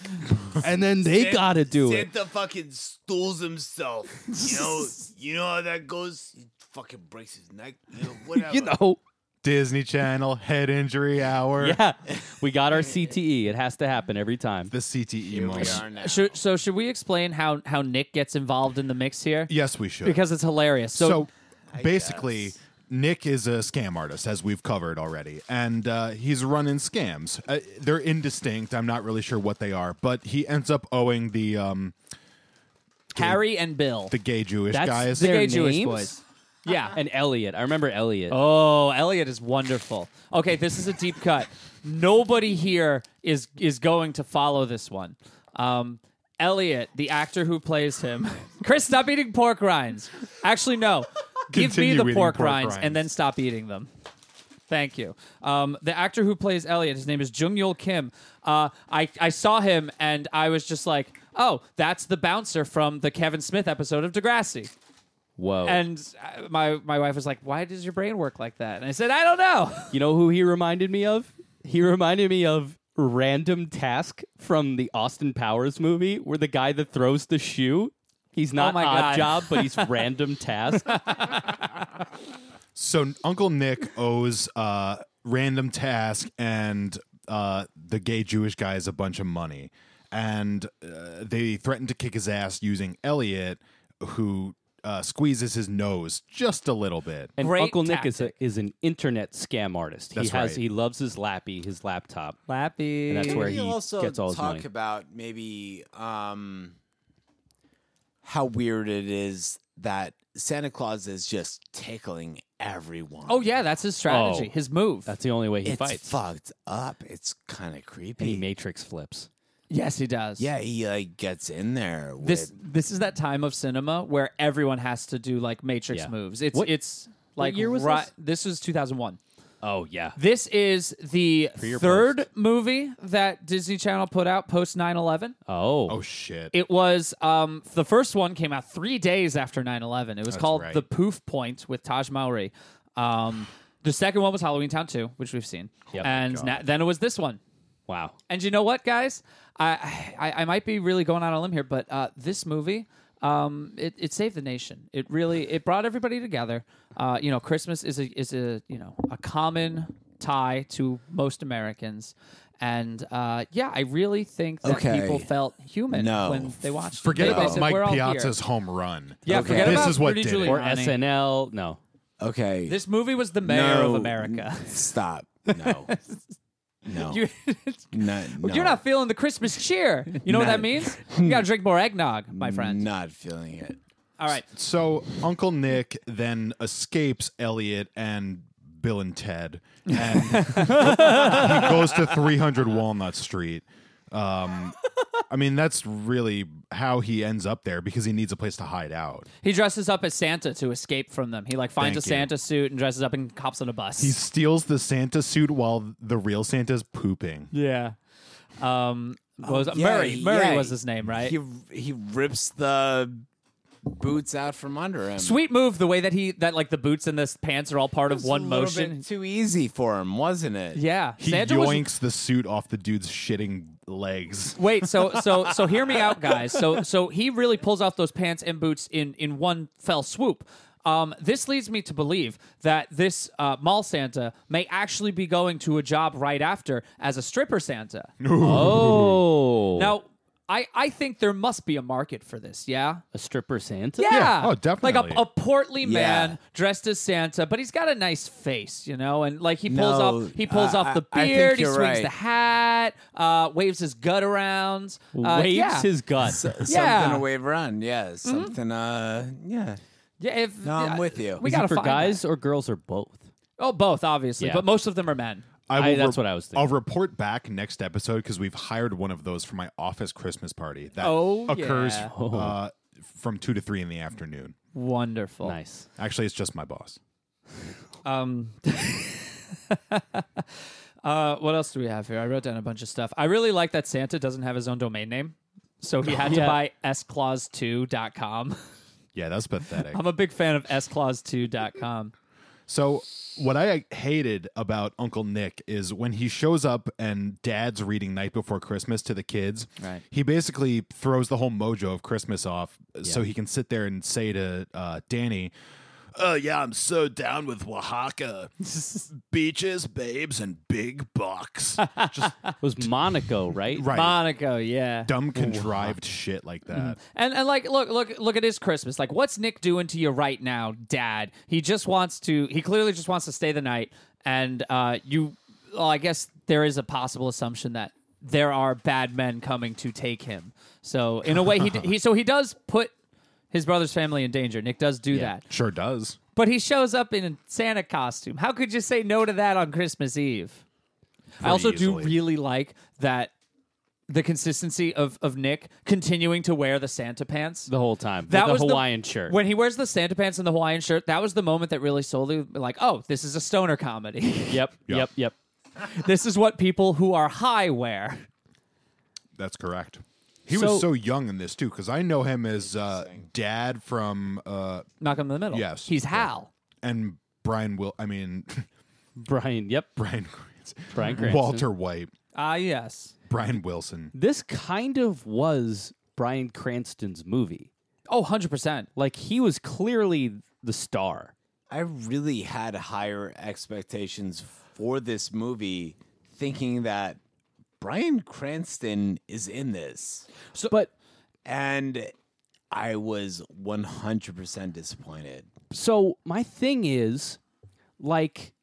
[SPEAKER 2] and then they gotta do it.
[SPEAKER 3] Santa fucking stools himself. You know, you know how that goes. He fucking breaks his neck. You know, whatever.
[SPEAKER 2] You know,
[SPEAKER 1] Disney Channel head injury hour.
[SPEAKER 2] yeah, we got our CTE. It has to happen every time.
[SPEAKER 1] The E CTE
[SPEAKER 3] Here we
[SPEAKER 1] moment.
[SPEAKER 3] are now.
[SPEAKER 4] Should, so should we explain how how Nick gets involved in the mix here?
[SPEAKER 1] Yes, we should.
[SPEAKER 4] Because it's hilarious. So,
[SPEAKER 1] so, basically,
[SPEAKER 3] guess.
[SPEAKER 1] Nick is a scam artist, as we've covered already, and uh, he's running scams. Uh, they're indistinct. I'm not really sure what they are, but he ends up owing the um,
[SPEAKER 4] Harry and Bill,
[SPEAKER 1] the gay Jewish
[SPEAKER 2] That's
[SPEAKER 1] guys.
[SPEAKER 4] the
[SPEAKER 2] their
[SPEAKER 4] gay Jewish
[SPEAKER 2] names?
[SPEAKER 4] boys. Yeah.
[SPEAKER 2] And Elliot, I remember Elliot.
[SPEAKER 4] oh, Elliot is wonderful. Okay, this is a deep cut. Nobody here is is going to follow this one. Um, Elliot, the actor who plays him, Chris, stop eating pork rinds. Actually, no. Give me
[SPEAKER 1] Continue
[SPEAKER 4] the
[SPEAKER 1] eating
[SPEAKER 4] pork,
[SPEAKER 1] pork
[SPEAKER 4] rinds,
[SPEAKER 1] rinds.
[SPEAKER 4] and then stop eating them. Thank you. Um, the actor who plays Elliot, his name is Jung Yul Kim. Uh, I, I saw him and I was just like, oh, that's the bouncer from the Kevin Smith episode of Degrassi.
[SPEAKER 2] Whoa!
[SPEAKER 4] And uh, my my wife was like, "Why does your brain work like that?" And I said, "I don't know."
[SPEAKER 2] You know who he reminded me of? He reminded me of Random Task from the Austin Powers movie, where the guy that throws the shoe, he's not
[SPEAKER 4] Oh my
[SPEAKER 2] odd
[SPEAKER 4] God.
[SPEAKER 2] job, but he's Random Task.
[SPEAKER 1] So Uncle Nick owes uh, Random Task and uh, the gay Jewish guys a bunch of money, and uh, they threaten to kick his ass using Elliot, who uh, squeezes his nose just a little bit.
[SPEAKER 2] And
[SPEAKER 4] Great
[SPEAKER 2] Uncle Nick is, a, is an internet scam artist.
[SPEAKER 1] That's
[SPEAKER 2] he has
[SPEAKER 1] right.
[SPEAKER 2] he loves his lappy, his laptop.
[SPEAKER 4] Lappy.
[SPEAKER 2] And that's where
[SPEAKER 3] Can we
[SPEAKER 2] he
[SPEAKER 3] also
[SPEAKER 2] gets all his
[SPEAKER 3] talk
[SPEAKER 2] money.
[SPEAKER 3] about maybe um, how weird it is that Santa Claus is just tickling everyone.
[SPEAKER 4] Oh yeah, that's his strategy,
[SPEAKER 2] Oh.
[SPEAKER 4] his move.
[SPEAKER 2] That's the only way he
[SPEAKER 3] it's
[SPEAKER 2] fights.
[SPEAKER 3] fucked up. It's kind of creepy.
[SPEAKER 2] And he matrix flips.
[SPEAKER 4] yes, he does.
[SPEAKER 3] yeah, he like gets in there.
[SPEAKER 4] This
[SPEAKER 3] with,
[SPEAKER 4] this is that time of cinema where everyone has to do like Matrix
[SPEAKER 2] Yeah.
[SPEAKER 4] moves. It's
[SPEAKER 2] What-
[SPEAKER 4] it's like
[SPEAKER 2] year was
[SPEAKER 4] ri- this? was 2001.
[SPEAKER 2] Oh yeah.
[SPEAKER 4] This is the
[SPEAKER 1] or
[SPEAKER 4] third movie that Disney Channel put out post 9/11.
[SPEAKER 2] Oh.
[SPEAKER 1] Oh shit!
[SPEAKER 4] It was um, the first one came out three days after 9 11. It was called
[SPEAKER 1] right.
[SPEAKER 4] The Poof Point with Taj Mowry. Um, the second one was Halloween Town 2, which we've seen.
[SPEAKER 2] Yep.
[SPEAKER 4] and na- then it was this one.
[SPEAKER 2] wow.
[SPEAKER 4] And you know what, guys? I, I, I might be really going out on a limb here, but uh, this movie. Um, it, it saved the nation. It really it brought everybody together. Uh, you know, Christmas is a is a you know a common tie to most Americans, and uh, yeah, I really think that
[SPEAKER 3] Okay.
[SPEAKER 4] people felt human
[SPEAKER 3] No.
[SPEAKER 4] when they watched. it.
[SPEAKER 1] Forget
[SPEAKER 4] They- they
[SPEAKER 1] about
[SPEAKER 4] said,
[SPEAKER 1] Mike
[SPEAKER 4] "We're all here."
[SPEAKER 1] Piazza's home run.
[SPEAKER 4] Yeah,
[SPEAKER 3] Okay.
[SPEAKER 4] forget
[SPEAKER 1] this
[SPEAKER 4] about
[SPEAKER 1] is what
[SPEAKER 4] Rudy
[SPEAKER 1] did
[SPEAKER 4] Giuliani.
[SPEAKER 1] it.
[SPEAKER 2] Or SNL. No.
[SPEAKER 3] okay.
[SPEAKER 4] This movie was the mayor
[SPEAKER 3] No.
[SPEAKER 4] of America.
[SPEAKER 3] Stop. No. No.
[SPEAKER 4] You,
[SPEAKER 3] not, no.
[SPEAKER 4] You're not feeling the Christmas cheer. You know what that
[SPEAKER 3] Not-
[SPEAKER 4] means? You gotta drink more eggnog, my friend.
[SPEAKER 3] Not feeling it.
[SPEAKER 4] All right.
[SPEAKER 1] So Uncle Nick then escapes Elliot and Bill and Ted, and he goes to 300 Walnut Street. Um, I mean, that's really how he ends up there because he needs a place to hide out.
[SPEAKER 4] He dresses up as Santa to escape from them. He like finds
[SPEAKER 1] Thank
[SPEAKER 4] a
[SPEAKER 1] you.
[SPEAKER 4] Santa suit and dresses up and hops on a bus.
[SPEAKER 1] He steals the Santa suit while the real Santa's pooping.
[SPEAKER 4] yeah. Um was
[SPEAKER 3] Oh, Yeah,
[SPEAKER 4] Murray.
[SPEAKER 3] he-
[SPEAKER 4] Murray
[SPEAKER 3] yeah,
[SPEAKER 4] was his name, right?
[SPEAKER 3] He he rips the boots out from under him.
[SPEAKER 4] Sweet move. The way that he that like the boots and this pants are all part of
[SPEAKER 3] It's a
[SPEAKER 4] one
[SPEAKER 3] little
[SPEAKER 4] motion.
[SPEAKER 3] bit too easy for him, wasn't it?
[SPEAKER 4] Yeah.
[SPEAKER 1] He
[SPEAKER 4] Santa was
[SPEAKER 1] yoinks the suit off the dude's shitting legs.
[SPEAKER 4] Wait, so so so hear me out, guys. So so he really pulls off those pants and boots in in one fell swoop. Um, this leads me to believe that this uh, mall Santa may actually be going to a job right after as a stripper Santa.
[SPEAKER 2] Oh,
[SPEAKER 4] Now, I I think there must be a market for this. Yeah.
[SPEAKER 2] a stripper Santa.
[SPEAKER 4] Yeah.
[SPEAKER 1] oh, definitely.
[SPEAKER 4] Like a, a portly man
[SPEAKER 3] Yeah.
[SPEAKER 4] dressed as Santa, but he's got a nice face, you know, and like he pulls
[SPEAKER 3] No,
[SPEAKER 4] off he pulls
[SPEAKER 3] I-
[SPEAKER 4] off the
[SPEAKER 3] I- I think
[SPEAKER 4] beard, he
[SPEAKER 3] you're
[SPEAKER 4] swings
[SPEAKER 3] right.
[SPEAKER 4] the hat, uh, waves his gut around, uh,
[SPEAKER 2] waves
[SPEAKER 4] yeah.
[SPEAKER 2] his gut.
[SPEAKER 3] Something
[SPEAKER 4] Yeah. Mm-hmm.
[SPEAKER 3] to wave around. Yeah. Something. Uh. Yeah.
[SPEAKER 4] Yeah, if
[SPEAKER 3] No, I'm
[SPEAKER 4] yeah,
[SPEAKER 3] with you.
[SPEAKER 4] We
[SPEAKER 2] Is
[SPEAKER 3] Is
[SPEAKER 2] it
[SPEAKER 4] got
[SPEAKER 2] for guys or girls or both?
[SPEAKER 4] Oh, both obviously,
[SPEAKER 2] Yeah.
[SPEAKER 4] but most of them are men.
[SPEAKER 2] I- that's what I was thinking.
[SPEAKER 1] I'll report back next episode because we've hired one of those for my office Christmas party that
[SPEAKER 4] Oh,
[SPEAKER 1] occurs
[SPEAKER 4] yeah.
[SPEAKER 1] uh, from two to three in the afternoon.
[SPEAKER 4] Wonderful.
[SPEAKER 2] Nice.
[SPEAKER 1] Actually, it's just my boss.
[SPEAKER 4] Um, uh, what else do we have here? I wrote down a bunch of stuff. I really like that Santa doesn't have his own domain name, so he had to
[SPEAKER 2] Yeah.
[SPEAKER 4] buy sclaws2.com.
[SPEAKER 1] Yeah, that's pathetic.
[SPEAKER 4] I'm a big fan of sclaws2.com.
[SPEAKER 1] so, what I hated about Uncle Nick is when he shows up and Dad's reading Night Before Christmas to the kids.
[SPEAKER 2] Right.
[SPEAKER 1] He basically throws the whole mojo of Christmas off, so he can sit there and say to uh, Danny. Oh yeah, I'm so down with Oaxaca, beaches, babes, and big bucks.
[SPEAKER 2] It was Monaco, right?
[SPEAKER 1] Right.
[SPEAKER 4] Monaco, yeah.
[SPEAKER 1] dumb contrived shit like that.
[SPEAKER 4] And and like look look look at his Christmas. Like what's Nick doing to you right now, Dad? He just wants to. He clearly just wants to stay the night. And uh, you, well, I guess there is a possible assumption that there are bad men coming to take him. So in a way, he d- he so he does put his brother's family in danger. Nick does do that,
[SPEAKER 1] Sure does.
[SPEAKER 4] but he shows up in a Santa costume. How could you say no to that on Christmas Eve? I also
[SPEAKER 1] easily.
[SPEAKER 4] do really like that. The consistency of, of Nick continuing to wear the Santa pants
[SPEAKER 2] The whole time. With
[SPEAKER 4] that
[SPEAKER 2] the
[SPEAKER 4] was
[SPEAKER 2] Hawaiian shirt.
[SPEAKER 4] When he wears the Santa pants and the Hawaiian shirt, that was the moment that really sold you. Like, oh, this is a stoner comedy.
[SPEAKER 2] Yep.
[SPEAKER 1] Yeah.
[SPEAKER 2] Yep. Yep.
[SPEAKER 4] this is what people who are high wear.
[SPEAKER 1] That's correct. He
[SPEAKER 4] So-
[SPEAKER 1] was so young in this too, because I know him as uh, Dad from uh,
[SPEAKER 4] Knock him in the middle.
[SPEAKER 1] Yes.
[SPEAKER 4] he's Hal.
[SPEAKER 1] and Brian Will. I mean
[SPEAKER 2] Brian. Yep.
[SPEAKER 1] Brian.
[SPEAKER 2] Brian Cranston.
[SPEAKER 1] Walter White.
[SPEAKER 4] Ah, yes.
[SPEAKER 1] Brian Wilson.
[SPEAKER 2] This kind of was Brian Cranston's movie.
[SPEAKER 4] Oh, 100 percent.
[SPEAKER 2] Like he was clearly the star.
[SPEAKER 3] I really had higher expectations for this movie, thinking that Brian Cranston is in this,
[SPEAKER 2] So, but
[SPEAKER 3] and I was one hundred percent disappointed.
[SPEAKER 2] so my thing is, like,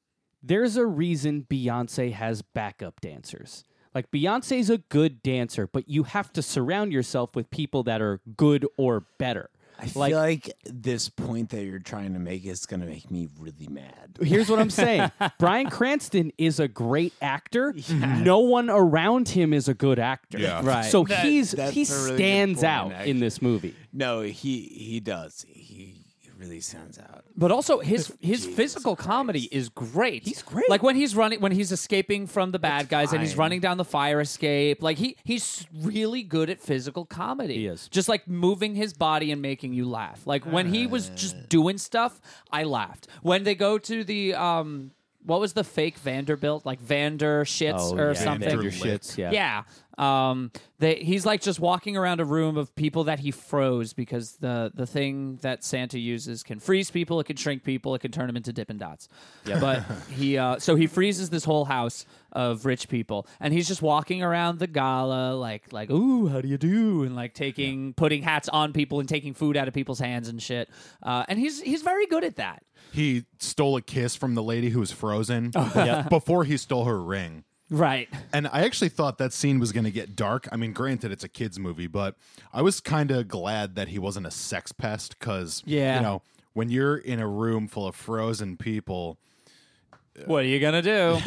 [SPEAKER 2] there's a reason Beyonce has backup dancers. Like Beyonce's a good dancer, but you have to surround yourself with people that are good or better.
[SPEAKER 3] I feel like this point that you're trying to make is going to make me really mad.
[SPEAKER 2] Here's what I'm saying. Brian Cranston is a great actor. No one around him is a good actor.
[SPEAKER 1] Yeah.
[SPEAKER 4] Right.
[SPEAKER 2] So
[SPEAKER 3] That-
[SPEAKER 2] he's
[SPEAKER 3] that's
[SPEAKER 2] he
[SPEAKER 3] a really good
[SPEAKER 2] stands
[SPEAKER 3] point,
[SPEAKER 2] out in
[SPEAKER 3] actually.
[SPEAKER 2] this movie.
[SPEAKER 3] No, he he does. He, he really stands out.
[SPEAKER 4] But also his his physical comedy is great. He's
[SPEAKER 2] great.
[SPEAKER 4] Like when he's running, when he's escaping from the bad guys, and he's
[SPEAKER 3] fine.
[SPEAKER 4] running down the fire escape. Like he he's really good at physical comedy.
[SPEAKER 2] He is.
[SPEAKER 4] just like moving his body and making you laugh. Like when he was just doing stuff, I laughed. When they go to the um, what was the fake Vanderbilt like Vander shits or something?
[SPEAKER 1] Vander
[SPEAKER 2] Your shits, yeah.
[SPEAKER 4] Yeah. Um, they, he's like just walking around a room of people that he froze because the, the thing that Santa uses can freeze people, it can shrink people, it can turn them into Dippin' Dots. Yeah. But he, uh, so he freezes this whole house of rich people, and he's just walking around the gala, like like ooh, how do you do, and like taking putting hats on people and taking food out of people's hands and shit. Uh, and he's he's very good at that.
[SPEAKER 1] He stole a kiss from the lady who was frozen bef- before he stole her ring.
[SPEAKER 4] Right.
[SPEAKER 1] And I actually thought that scene was going to get dark. I mean, granted, it's a kids' movie, but I was kind of glad that he wasn't a sex pest because,
[SPEAKER 4] Yeah.
[SPEAKER 1] you know, when you're in a room full of frozen people,
[SPEAKER 4] What are you gonna do?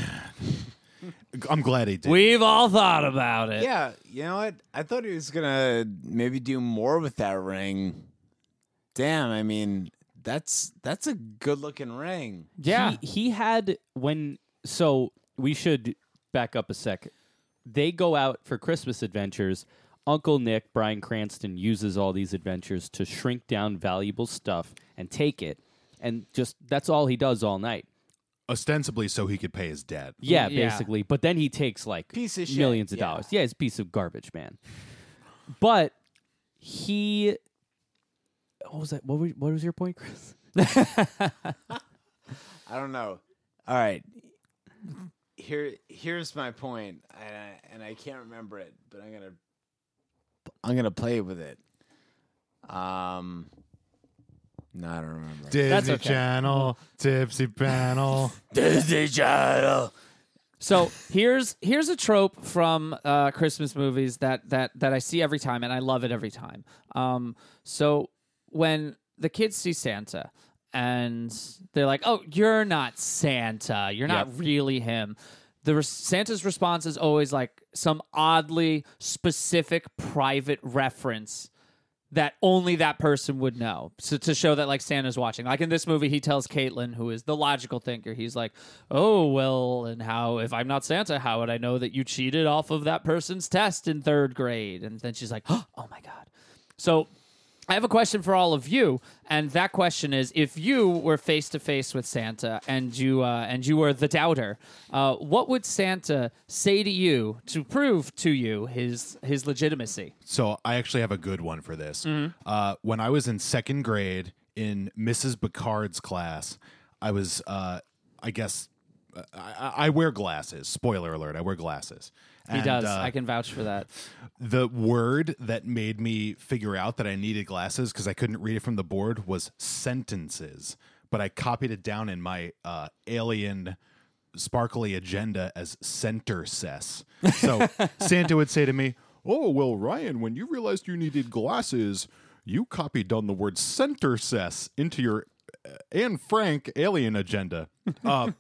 [SPEAKER 1] I'm glad he did.
[SPEAKER 4] We've all thought about it.
[SPEAKER 3] Yeah, you know what? I thought he was gonna maybe do more with that ring. Damn, I mean, that's that's a good looking ring.
[SPEAKER 4] Yeah.
[SPEAKER 2] He, he had when so we should back up a sec. They go out for Christmas adventures. Uncle Nick, Brian Cranston, uses all these adventures to shrink down valuable stuff and take it. And just that's all he does all night.
[SPEAKER 1] Ostensibly so he could pay his debt.
[SPEAKER 2] Yeah,
[SPEAKER 4] Yeah.
[SPEAKER 2] basically. But then he takes like
[SPEAKER 3] Piece of shit,
[SPEAKER 2] millions of
[SPEAKER 3] yeah.
[SPEAKER 2] dollars. Yeah, it's a piece of garbage, man. But he what was that? What, were, what was your point, Chris?
[SPEAKER 3] I don't know. All right, here here's my point, and I, and I can't remember it, but I'm gonna I'm gonna play with it. Um, no, I don't remember.
[SPEAKER 1] Disney
[SPEAKER 4] That's okay.
[SPEAKER 1] Channel, Tipsy Panel.
[SPEAKER 3] Disney Channel.
[SPEAKER 4] So here's here's a trope from uh, Christmas movies that that that I see every time, and I love it every time. Um, so when the kids see Santa, and they're like, "Oh, you're not Santa. You're not really him." The res- Santa's response is always like some oddly specific private reference that only that person would know. So to show that like Santa's watching. Like in this movie, he tells Caitlin, who is the logical thinker, he's like, Oh, well, and how if I'm not Santa, how would I know that you cheated off of that person's test in third grade? And then she's like, Oh my God. So I have a question for all of you, and that question is: If you were face to face with Santa and you uh, and you were the doubter, uh, what would Santa say to you to prove to you his his legitimacy?
[SPEAKER 1] So I actually have a good one for this.
[SPEAKER 4] Mm-hmm.
[SPEAKER 1] Uh, when I was in second grade in Mrs. Picard's class, I was, uh, I guess, uh, I- I, I wear glasses. Spoiler alert, I wear glasses.
[SPEAKER 4] He
[SPEAKER 1] And,
[SPEAKER 4] does.
[SPEAKER 1] uh,
[SPEAKER 4] I can vouch for that.
[SPEAKER 1] the word that made me figure out that I needed glasses because I couldn't read it from the board was sentences. But I copied it down in my uh, alien sparkly agenda as center cess. So Santa would say to me, Oh, well, Ryan, when you realized you needed glasses, you copied down the word center cess into your uh, Anne Frank alien agenda. Uh,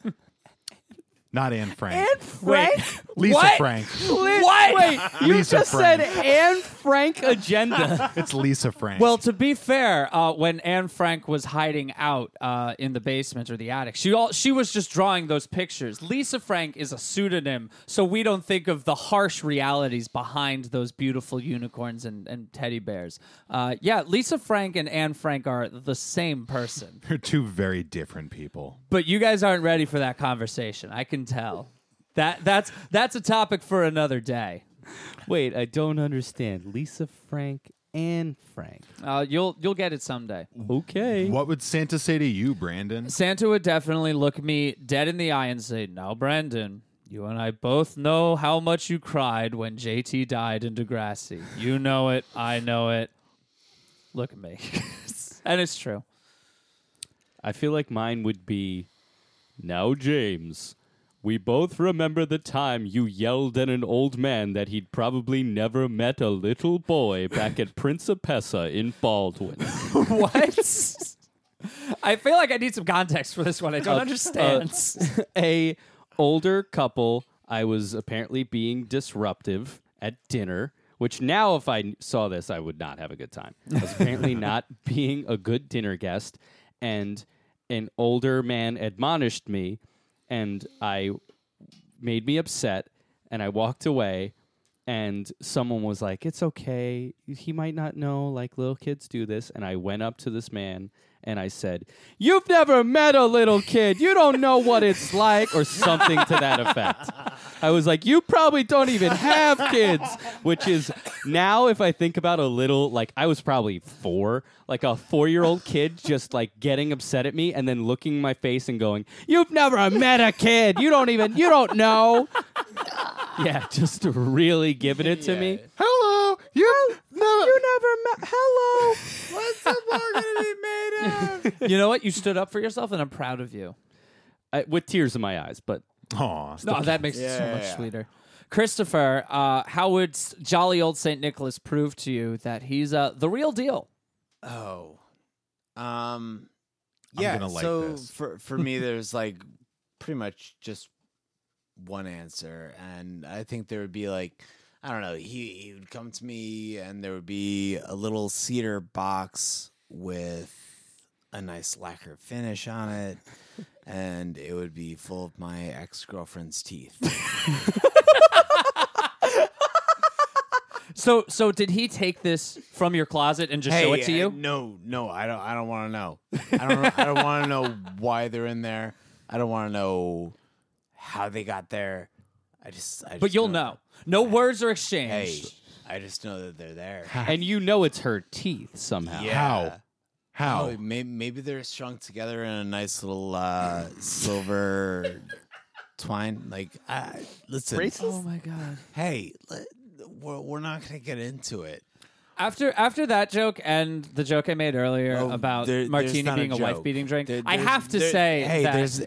[SPEAKER 1] not Anne Frank.
[SPEAKER 2] Frank?
[SPEAKER 1] Lisa Frank.
[SPEAKER 2] What? Wait, you
[SPEAKER 1] Lisa
[SPEAKER 2] just
[SPEAKER 1] Frank.
[SPEAKER 2] said Anne Frank agenda.
[SPEAKER 1] It's Lisa Frank.
[SPEAKER 4] Well, to be fair, uh, when Anne Frank was hiding out uh, in the basement or the attic, she all, she was just drawing those pictures. Lisa Frank is a pseudonym, so we don't think of the harsh realities behind those beautiful unicorns and, and teddy bears. Uh, yeah, Lisa Frank and Anne Frank are the same person,
[SPEAKER 1] They're two very different people.
[SPEAKER 4] but you guys aren't ready for that conversation. I can tell. That that's that's a topic for another day.
[SPEAKER 2] Wait, I don't understand. Lisa Frank and Frank.
[SPEAKER 4] Uh, you'll you'll get it someday.
[SPEAKER 2] Okay.
[SPEAKER 1] What would Santa say to you, Brandon?
[SPEAKER 4] Santa would definitely look me dead in the eye and say, Now, Brandon, you and I both know how much you cried when JT died in Degrassi. You know it. I know it. Look at me. and it's true.
[SPEAKER 2] I feel like mine would be Now, James, we both remember the time you yelled at an old man that he'd probably never met a little boy back at Principessa in Baldwin.
[SPEAKER 4] what? I feel like I need some context for this one. I don't
[SPEAKER 2] Uh,
[SPEAKER 4] understand.
[SPEAKER 2] uh, a older couple. I was apparently being disruptive at dinner, which now if I saw this, I would not have a good time. I was apparently not being a good dinner guest, and an older man admonished me, and I made me upset, and I walked away. And someone was like, "It's okay. He might not know. Like little kids do this." And I went up to this man and I said, "You've never met a little kid. You don't know what it's like," or something to that effect. I was like, "You probably don't even have kids," which is now, if I think about a little, like I was probably four, like a four-year-old kid, just like getting upset at me and then looking in my face and going, "You've never met a kid. You don't even. You don't know." yeah, just really giving it to me.
[SPEAKER 1] Hello, you no,
[SPEAKER 2] You never met. Hello.
[SPEAKER 3] What's the bar gonna be made of?
[SPEAKER 4] you know what? You stood up for yourself, and I'm proud of you.
[SPEAKER 2] I, with tears in my eyes, but
[SPEAKER 1] Aw.
[SPEAKER 4] Oh, that makes it so
[SPEAKER 3] Yeah,
[SPEAKER 4] much
[SPEAKER 3] yeah.
[SPEAKER 4] sweeter. Christopher, uh, how would s- jolly old St. Nicholas prove to you that he's uh, the real deal?
[SPEAKER 3] Oh. Um
[SPEAKER 1] I'm
[SPEAKER 3] yeah,
[SPEAKER 1] gonna like
[SPEAKER 3] so
[SPEAKER 1] this.
[SPEAKER 3] for for me there's like pretty much just one answer and I think there would be like I don't know, he he would come to me and there would be a little cedar box with a nice lacquer finish on it and it would be full of my ex-girlfriend's teeth.
[SPEAKER 4] So, so did he take this from your closet and just show it to
[SPEAKER 3] uh,
[SPEAKER 4] you?
[SPEAKER 3] no, no, I don't. I don't want to know. I don't. I don't want to know why they're in there. I don't want to know how they got there. I just. I
[SPEAKER 4] but
[SPEAKER 3] just
[SPEAKER 4] you'll know. No words are
[SPEAKER 3] Hey,
[SPEAKER 4] exchanged.
[SPEAKER 3] I just know that they're there.
[SPEAKER 2] and you know it's her teeth somehow.
[SPEAKER 3] Yeah.
[SPEAKER 1] How? How?
[SPEAKER 3] Oh, may- maybe they're strung together in a nice little uh, silver twine. Like, I listen.
[SPEAKER 4] Oh my god.
[SPEAKER 3] Hey, let, we're, we're not gonna get into it.
[SPEAKER 4] After after that joke and the joke I made earlier
[SPEAKER 3] Oh,
[SPEAKER 4] about
[SPEAKER 3] there- there's
[SPEAKER 4] martini
[SPEAKER 3] not
[SPEAKER 4] being a,
[SPEAKER 3] a
[SPEAKER 4] wife
[SPEAKER 3] joke.
[SPEAKER 4] beating drink,
[SPEAKER 3] There-
[SPEAKER 4] I
[SPEAKER 3] there's-
[SPEAKER 4] have to
[SPEAKER 3] there-
[SPEAKER 4] say
[SPEAKER 3] hey,
[SPEAKER 4] that-
[SPEAKER 3] there's-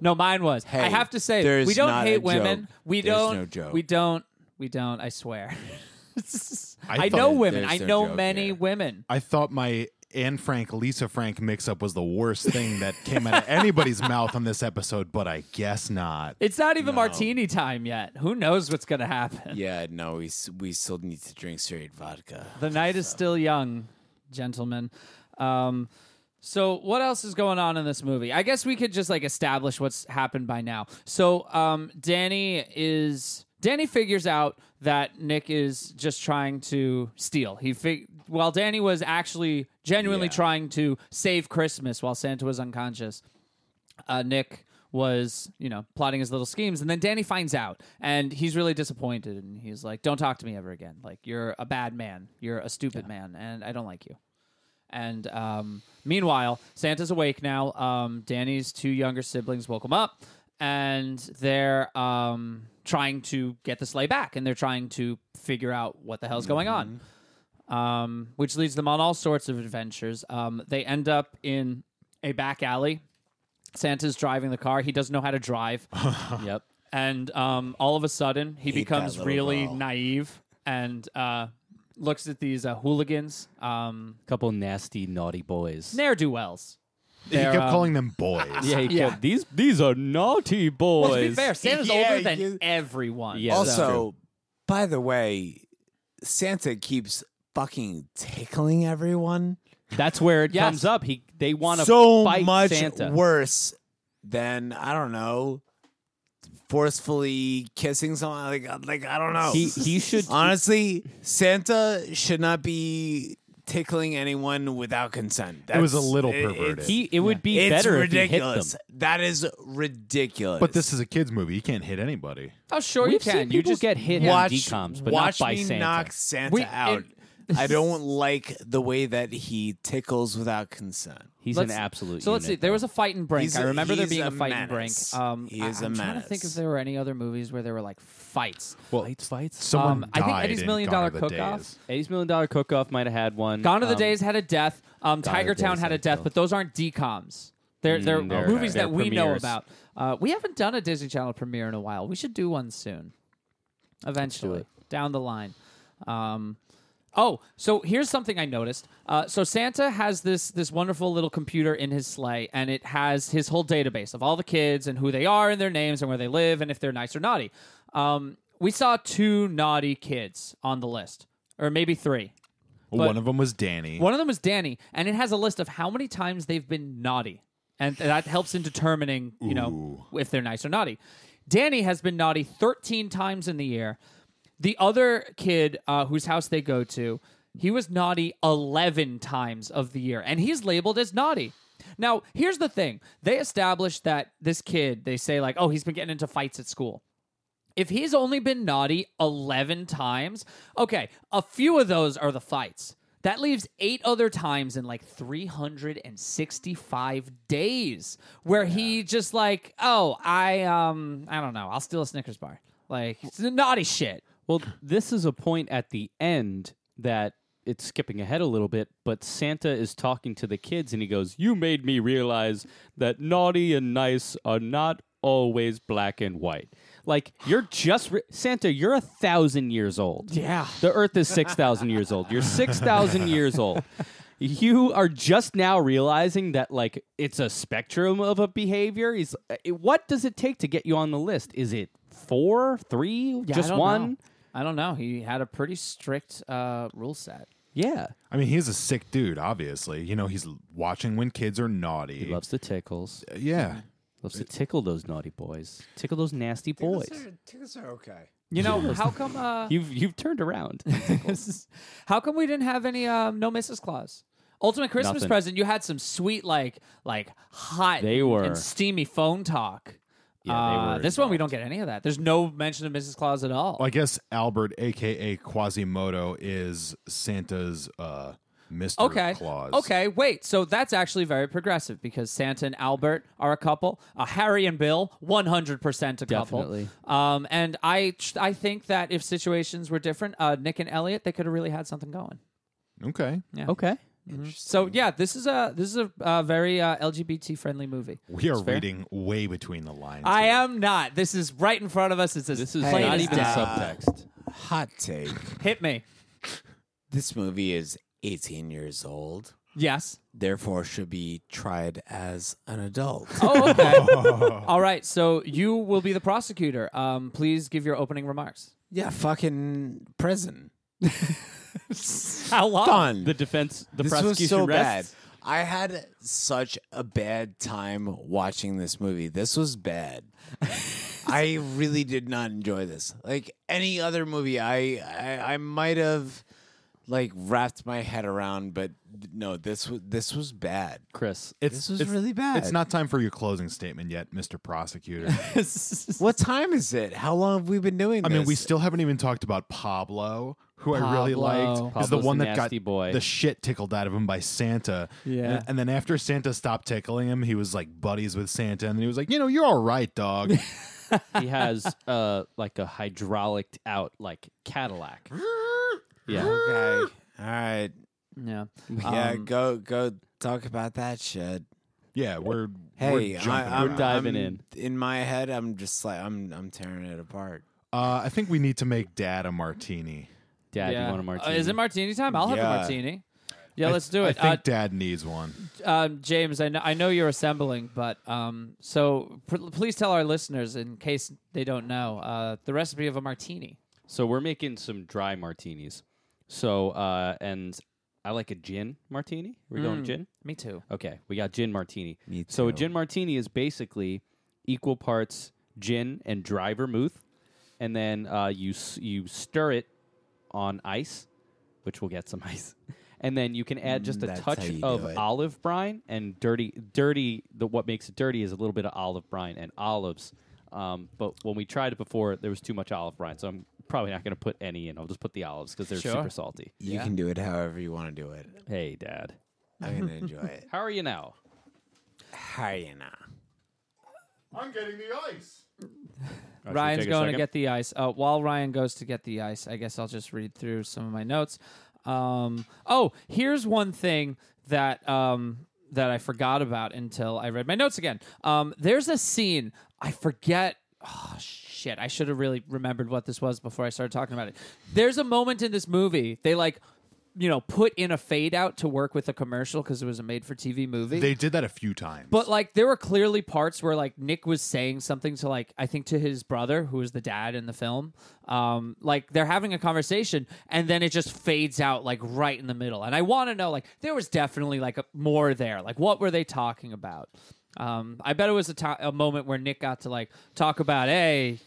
[SPEAKER 4] no, mine was. I
[SPEAKER 3] Hey,
[SPEAKER 4] have to say
[SPEAKER 3] there's
[SPEAKER 4] we don't
[SPEAKER 3] not a
[SPEAKER 4] hate women.
[SPEAKER 3] joke.
[SPEAKER 4] We
[SPEAKER 3] There's
[SPEAKER 4] don't.
[SPEAKER 3] no joke.
[SPEAKER 4] We don't. We don't. I swear. I,
[SPEAKER 1] I
[SPEAKER 4] know
[SPEAKER 1] thought-
[SPEAKER 4] women.
[SPEAKER 3] There's
[SPEAKER 4] I
[SPEAKER 3] no
[SPEAKER 4] know
[SPEAKER 3] joke
[SPEAKER 4] many
[SPEAKER 3] here.
[SPEAKER 4] women.
[SPEAKER 1] I thought my Anne Frank, Lisa Frank mix up was the worst thing that came out of anybody's mouth on this episode, but I guess not.
[SPEAKER 4] It's not even martini time yet. Who knows what's gonna happen?
[SPEAKER 3] Yeah, no, we s- we still need to drink straight vodka.
[SPEAKER 4] The night is still young, gentlemen. Um, so what else is going on in this movie? I guess we could just like establish what's happened by now. So um, Danny is Danny figures out that Nick is just trying to steal. He fig- while Danny was actually genuinely
[SPEAKER 3] Yeah.
[SPEAKER 4] trying to save Christmas while Santa was unconscious uh, Nick was, you know, plotting his little schemes. And then Danny finds out and he's really disappointed. And he's like, don't talk to me ever again. Like, you're a bad man. You're a stupid man. And I don't like you. And um, meanwhile, Santa's awake now. Um, Danny's two younger siblings woke him up and they're um, trying to get the sleigh back and they're trying to figure out what the hell's going on. Um, which leads them on all sorts of adventures. Um, they end up in a back alley Santa's driving the car. He doesn't know how to drive.
[SPEAKER 2] Yep.
[SPEAKER 4] and um, all of a sudden, he
[SPEAKER 3] that
[SPEAKER 4] becomes
[SPEAKER 3] little
[SPEAKER 4] really
[SPEAKER 3] girl.
[SPEAKER 4] naive and uh, looks at these uh, hooligans, um,
[SPEAKER 2] Couple nasty, naughty boys.
[SPEAKER 4] ne'er do wells.
[SPEAKER 1] he kept
[SPEAKER 4] um,
[SPEAKER 1] calling them boys.
[SPEAKER 2] yeah, he
[SPEAKER 4] Yeah.
[SPEAKER 2] kept- these these are naughty boys.
[SPEAKER 4] Well, to be fair, Santa's
[SPEAKER 3] Yeah,
[SPEAKER 4] older than
[SPEAKER 3] you-
[SPEAKER 4] everyone.
[SPEAKER 2] Yeah.
[SPEAKER 3] Also,
[SPEAKER 2] That's
[SPEAKER 3] by the way, Santa keeps fucking tickling everyone.
[SPEAKER 2] That's where it
[SPEAKER 4] Yes.
[SPEAKER 2] comes up. He they want to
[SPEAKER 3] so
[SPEAKER 2] fight
[SPEAKER 3] much
[SPEAKER 2] Santa.
[SPEAKER 3] worse than I don't know, forcefully kissing someone. Like, uh, like I don't know.
[SPEAKER 2] He he should
[SPEAKER 3] Honestly, Santa should not be tickling anyone without consent. That's,
[SPEAKER 1] it was a little
[SPEAKER 3] it-
[SPEAKER 1] perverted.
[SPEAKER 2] he it would be
[SPEAKER 3] It's
[SPEAKER 2] better
[SPEAKER 3] ridiculous.
[SPEAKER 2] if
[SPEAKER 3] That is ridiculous.
[SPEAKER 1] but this is a kids movie. You can't hit anybody.
[SPEAKER 4] Oh, sure
[SPEAKER 2] We've
[SPEAKER 4] you
[SPEAKER 2] seen
[SPEAKER 4] can. You
[SPEAKER 2] people
[SPEAKER 4] just
[SPEAKER 2] get hit on
[SPEAKER 3] watch,
[SPEAKER 2] decoms, but
[SPEAKER 3] watch
[SPEAKER 2] not by
[SPEAKER 3] me
[SPEAKER 2] Santa.
[SPEAKER 3] knock Santa
[SPEAKER 4] We-
[SPEAKER 3] out. I don't like the way that he tickles without consent.
[SPEAKER 2] He's
[SPEAKER 4] Let's-
[SPEAKER 2] an absolute.
[SPEAKER 4] So let's see.
[SPEAKER 2] unit,
[SPEAKER 4] There
[SPEAKER 2] though.
[SPEAKER 4] was a fight in Brink.
[SPEAKER 3] He's
[SPEAKER 4] I
[SPEAKER 3] a-
[SPEAKER 4] remember there
[SPEAKER 3] he's
[SPEAKER 4] being a
[SPEAKER 3] a
[SPEAKER 4] fight
[SPEAKER 3] menace.
[SPEAKER 4] in Brink. Um,
[SPEAKER 3] He
[SPEAKER 4] I-
[SPEAKER 3] is a
[SPEAKER 4] I'm trying to think if
[SPEAKER 3] menace.
[SPEAKER 4] there were any other movies where there were like fights.
[SPEAKER 1] Well,
[SPEAKER 2] Fights, fights.
[SPEAKER 1] someone
[SPEAKER 4] um,
[SPEAKER 1] died
[SPEAKER 4] I think Eddie's
[SPEAKER 1] in
[SPEAKER 4] Million
[SPEAKER 1] Gone
[SPEAKER 4] Dollar
[SPEAKER 1] are the
[SPEAKER 4] Cook-Off.
[SPEAKER 1] Days.
[SPEAKER 2] Eighty million dollar cook off might have had one.
[SPEAKER 4] Gone are the
[SPEAKER 2] Um,
[SPEAKER 4] Days had a death. Um,
[SPEAKER 2] Gone Are the
[SPEAKER 4] Tiger Town
[SPEAKER 2] Days
[SPEAKER 4] had
[SPEAKER 2] had
[SPEAKER 4] a
[SPEAKER 2] a
[SPEAKER 4] death,
[SPEAKER 2] death.
[SPEAKER 4] but those aren't decoms. They're, they're
[SPEAKER 2] Mm, they're-
[SPEAKER 4] movies
[SPEAKER 2] they're
[SPEAKER 4] that we know
[SPEAKER 2] premieres.
[SPEAKER 4] about. Uh, we haven't done a Disney Channel premiere in a while. We should do one soon, eventually,
[SPEAKER 2] it.
[SPEAKER 4] down the line. Um, oh, so here's something I noticed. Uh, so Santa has this this wonderful little computer in his sleigh, and it has his whole database of all the kids and who they are and their names and where they live and if they're nice or naughty. Um, we saw two naughty kids on the list, or maybe three.
[SPEAKER 1] Well, one of them was Danny.
[SPEAKER 4] One of them was Danny, and it has a list of how many times they've been naughty, and that helps in determining, you know, if they're nice or naughty. Danny has been naughty 13 times in the year. The other kid uh, whose house they go to, he was naughty 11 times of the year, and he's labeled as naughty. Now, here's the thing. They established that this kid, they say, like, oh, he's been getting into fights at school if he's only been naughty 11 times, okay, a few of those are the fights. That leaves eight other times in like 365 days where he just like, oh, I um I don't know, I'll steal a Snickers bar. Like it's naughty shit.
[SPEAKER 2] Well, this is a point at the end that it's skipping ahead a little bit, but Santa is talking to the kids and he goes, You made me realize that naughty and nice are not always black and white. Like you're just re- Santa. You're a thousand years old.
[SPEAKER 4] Yeah.
[SPEAKER 2] The Earth is six thousand years old. You're six thousand years old. You are just now realizing that like it's a spectrum of a behavior. Is eh, what does it take to get you on the list? Is it four, three,
[SPEAKER 4] Yeah, I
[SPEAKER 2] just
[SPEAKER 4] don't
[SPEAKER 2] one?
[SPEAKER 4] know. I don't know. He had a pretty strict uh, rule set.
[SPEAKER 2] Yeah.
[SPEAKER 1] I mean, he's a sick dude. Obviously, you know, he's watching when kids are naughty.
[SPEAKER 2] He loves the tickles.
[SPEAKER 4] Mm-hmm.
[SPEAKER 1] yeah,
[SPEAKER 2] Loves to tickle those naughty boys. Tickle those nasty
[SPEAKER 3] Tickles
[SPEAKER 2] boys.
[SPEAKER 3] are- tickles are okay.
[SPEAKER 4] You know how come? Uh,
[SPEAKER 2] You've you've turned around.
[SPEAKER 4] how come we didn't have any um, no Mrs. Claus? Ultimate Christmas
[SPEAKER 2] Nothing.
[SPEAKER 4] present. You had some sweet like like hot
[SPEAKER 2] They
[SPEAKER 4] and-
[SPEAKER 2] were.
[SPEAKER 4] and steamy phone talk.
[SPEAKER 2] Yeah, they
[SPEAKER 4] Uh,
[SPEAKER 2] were
[SPEAKER 4] this one we don't get any of that. There's no mention of Mrs. Claus at all.
[SPEAKER 1] Well, I guess Albert, aka Quasimodo, is Santa's uh, Mister
[SPEAKER 4] okay.
[SPEAKER 1] Claus.
[SPEAKER 4] Okay, wait. So that's actually very progressive because Santa and Albert are a couple. Uh, Harry and Bill, 100% a
[SPEAKER 2] Definitely.
[SPEAKER 4] couple. Um, and I, I think that if situations were different, uh, Nick and Elliot, they could have really had something going.
[SPEAKER 1] okay.
[SPEAKER 2] okay.
[SPEAKER 4] So yeah, this is a this is a uh, very uh, LGBT friendly movie.
[SPEAKER 1] We are reading way between the lines.
[SPEAKER 4] I
[SPEAKER 1] here.
[SPEAKER 4] am not. This is right in front of us. It's as
[SPEAKER 2] This is
[SPEAKER 4] plain
[SPEAKER 2] not
[SPEAKER 4] as
[SPEAKER 2] even
[SPEAKER 4] day.
[SPEAKER 2] subtext.
[SPEAKER 3] Hot take.
[SPEAKER 4] Hit me.
[SPEAKER 3] this movie is 18 years old,
[SPEAKER 4] Yes.
[SPEAKER 3] therefore should be tried as an adult.
[SPEAKER 4] Oh, okay. All right. So you will be the prosecutor. Um, please give your opening remarks.
[SPEAKER 3] Yeah, fucking prison.
[SPEAKER 4] How long?
[SPEAKER 3] Done.
[SPEAKER 2] The defense, the
[SPEAKER 3] this
[SPEAKER 2] prosecution
[SPEAKER 3] was so
[SPEAKER 2] rests.
[SPEAKER 3] bad. I had such a bad time watching this movie. This was bad. I really did not enjoy this. Like any other movie, I I, I might have like wrapped my head around, but no, this was this was bad.
[SPEAKER 2] Chris,
[SPEAKER 1] It's,
[SPEAKER 3] This was
[SPEAKER 1] it's-
[SPEAKER 3] really bad.
[SPEAKER 1] It's not time for your closing statement yet, Mister Prosecutor.
[SPEAKER 3] What time is it? How long have we been doing?
[SPEAKER 1] I mean, we
[SPEAKER 3] this?
[SPEAKER 1] still haven't even talked about Pablo, who I really liked.
[SPEAKER 4] Pablo.
[SPEAKER 1] is the
[SPEAKER 2] Pablo's
[SPEAKER 1] one
[SPEAKER 2] a
[SPEAKER 1] that
[SPEAKER 2] nasty
[SPEAKER 1] got
[SPEAKER 2] boy.
[SPEAKER 1] the shit tickled out of him by Santa.
[SPEAKER 4] Yeah.
[SPEAKER 1] And, and then after Santa stopped tickling him, he was like buddies with Santa, and then he was like, "You know, you're all right, dog."
[SPEAKER 2] he has uh like a hydraulic out like Cadillac. yeah.
[SPEAKER 3] okay. All right.
[SPEAKER 4] Yeah.
[SPEAKER 3] Yeah,
[SPEAKER 4] Um,
[SPEAKER 3] go go talk about that shit.
[SPEAKER 1] yeah, we're we're
[SPEAKER 3] Hey,
[SPEAKER 1] jumping
[SPEAKER 3] I, am
[SPEAKER 1] around.
[SPEAKER 2] diving in.
[SPEAKER 3] In my head, I'm just like I'm I'm tearing it apart.
[SPEAKER 1] Uh, I think we need to make Dad a martini.
[SPEAKER 2] Dad,
[SPEAKER 4] yeah.
[SPEAKER 2] you want a
[SPEAKER 4] Uh,
[SPEAKER 2] martini?
[SPEAKER 4] is it martini time? I'll have
[SPEAKER 3] Yeah.
[SPEAKER 4] a martini. Yeah,
[SPEAKER 1] I-
[SPEAKER 4] let's do
[SPEAKER 1] I
[SPEAKER 4] it.
[SPEAKER 1] think Dad needs one.
[SPEAKER 4] uh, um, James, I know, I know you're assembling, but um, so pr- please tell our listeners, in case they don't know, uh, the recipe of a martini.
[SPEAKER 2] so we're making some dry martinis. So uh and I like a gin martini. We're
[SPEAKER 4] Mm.
[SPEAKER 2] going gin.
[SPEAKER 4] Me too.
[SPEAKER 2] Okay, we got gin martini.
[SPEAKER 3] Me
[SPEAKER 2] So a
[SPEAKER 3] too.
[SPEAKER 2] gin martini is basically equal parts gin and dry vermouth, and then uh, you s- you stir it on ice, which we'll get some ice, and then you can add just a
[SPEAKER 3] that's how
[SPEAKER 2] touch
[SPEAKER 3] you do
[SPEAKER 2] of
[SPEAKER 3] it.
[SPEAKER 2] olive brine and dirty dirty. The what makes it dirty is a little bit of olive brine and olives. Um, but when we tried it before, there was too much olive brine, so I'm probably not going to put any in. I'll just put the olives because they're
[SPEAKER 4] Sure.
[SPEAKER 2] super salty.
[SPEAKER 3] You can do it however you want to do it.
[SPEAKER 2] Hey, Dad,
[SPEAKER 3] I'm gonna enjoy it.
[SPEAKER 2] how are you now?
[SPEAKER 3] How you now?
[SPEAKER 1] I'm getting the ice.
[SPEAKER 2] Oh, should we
[SPEAKER 4] Ryan's
[SPEAKER 2] take a
[SPEAKER 4] going to
[SPEAKER 2] second?
[SPEAKER 4] get the ice. Uh, while Ryan goes to get the ice, I guess I'll just read through some of my notes. Um, oh, here's one thing that um, that I forgot about until I read my notes again. Um, there's a scene I forget. Oh shit! I should have really remembered what this was before I started talking about it. There's a moment in this movie they like, you know, put in a fade out to work with a commercial because it was a made-for-TV movie.
[SPEAKER 1] They did that a few times.
[SPEAKER 4] But like there were clearly parts where like Nick was saying something to like I think to his brother who is the dad in the film. Um like they're having a conversation and then it just fades out like right in the middle. And I want to know like there was definitely like a, more there. Like what were they talking about? Um I bet it was a to- a moment where Nick got to like talk about hey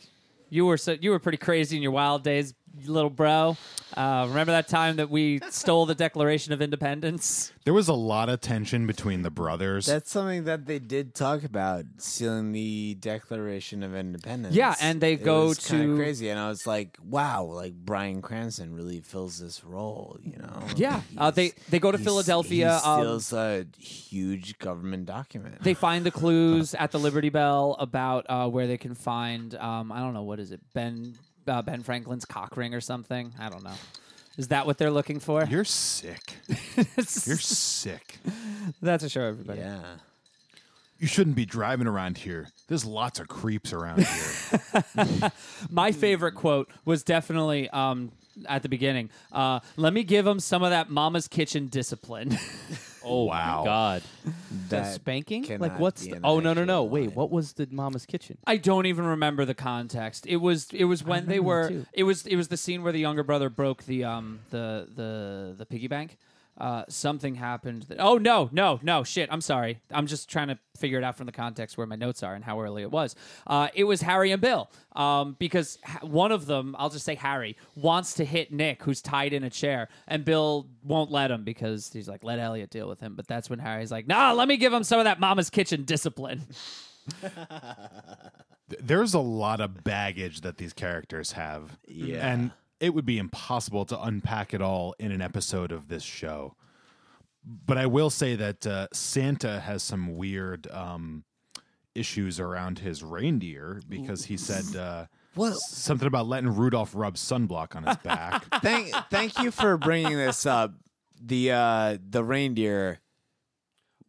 [SPEAKER 4] you were so you were pretty crazy in your wild days, little bro. Uh, remember that time that we stole the Declaration of Independence?
[SPEAKER 1] there was a lot of tension between the brothers.
[SPEAKER 3] That's something that they did talk about stealing the Declaration of Independence.
[SPEAKER 4] Yeah, and they
[SPEAKER 3] It
[SPEAKER 4] go
[SPEAKER 3] was kinda
[SPEAKER 4] to-
[SPEAKER 3] crazy, and I was like, wow, like Brian Cranston really fills this role, you know?
[SPEAKER 4] Yeah, uh, they
[SPEAKER 3] He's-
[SPEAKER 4] they go to
[SPEAKER 3] he s-
[SPEAKER 4] Philadelphia.
[SPEAKER 3] He
[SPEAKER 4] um,
[SPEAKER 3] steals a huge government document.
[SPEAKER 4] they find the clues at the Liberty Bell about uh, where they can find. Um, I don't know what is it, Ben uh, Ben Franklin's cock ring or something. I don't know. Is that what they're looking for?
[SPEAKER 1] You're sick. You're sick.
[SPEAKER 4] That's a show, everybody.
[SPEAKER 3] yeah.
[SPEAKER 1] you shouldn't be driving around here. There's lots of creeps around here.
[SPEAKER 4] My favorite quote was definitely um, at the beginning. Uh, Let me give him some of that mama's kitchen discipline.
[SPEAKER 2] Oh
[SPEAKER 1] Wow.
[SPEAKER 2] my God!
[SPEAKER 3] That
[SPEAKER 2] Spanking? Like
[SPEAKER 3] cannot
[SPEAKER 2] what's
[SPEAKER 3] be
[SPEAKER 2] the?
[SPEAKER 3] an
[SPEAKER 2] Oh no no
[SPEAKER 3] actual
[SPEAKER 2] no!
[SPEAKER 3] line.
[SPEAKER 2] Wait, what was the Mama's Kitchen?
[SPEAKER 4] I don't even remember the context. It was it was when they
[SPEAKER 2] remember
[SPEAKER 4] were
[SPEAKER 2] that too.
[SPEAKER 4] it was it was the scene where the younger brother broke the um the the the piggy bank. Uh, something happened. That, oh no, no, no! Shit, I'm sorry. I'm just trying to figure it out from the context where my notes are and how early it was. Uh, it was Harry and Bill, um, because ha- one of them, I'll just say Harry, wants to hit Nick, who's tied in a chair, and Bill won't let him because he's like, "Let Elliot deal with him." But that's when Harry's like, "Nah, let me give him some of that Mama's kitchen discipline."
[SPEAKER 1] Th- There's a lot of baggage that these characters have.
[SPEAKER 3] Yeah.
[SPEAKER 1] And it would be impossible to unpack it all in an episode of this show. But I will say that uh, Santa has some weird um, issues around his reindeer because he said uh,
[SPEAKER 3] Well-
[SPEAKER 1] s- something about letting Rudolph rub sunblock on his back.
[SPEAKER 3] thank thank you for bringing this up. The uh the reindeer.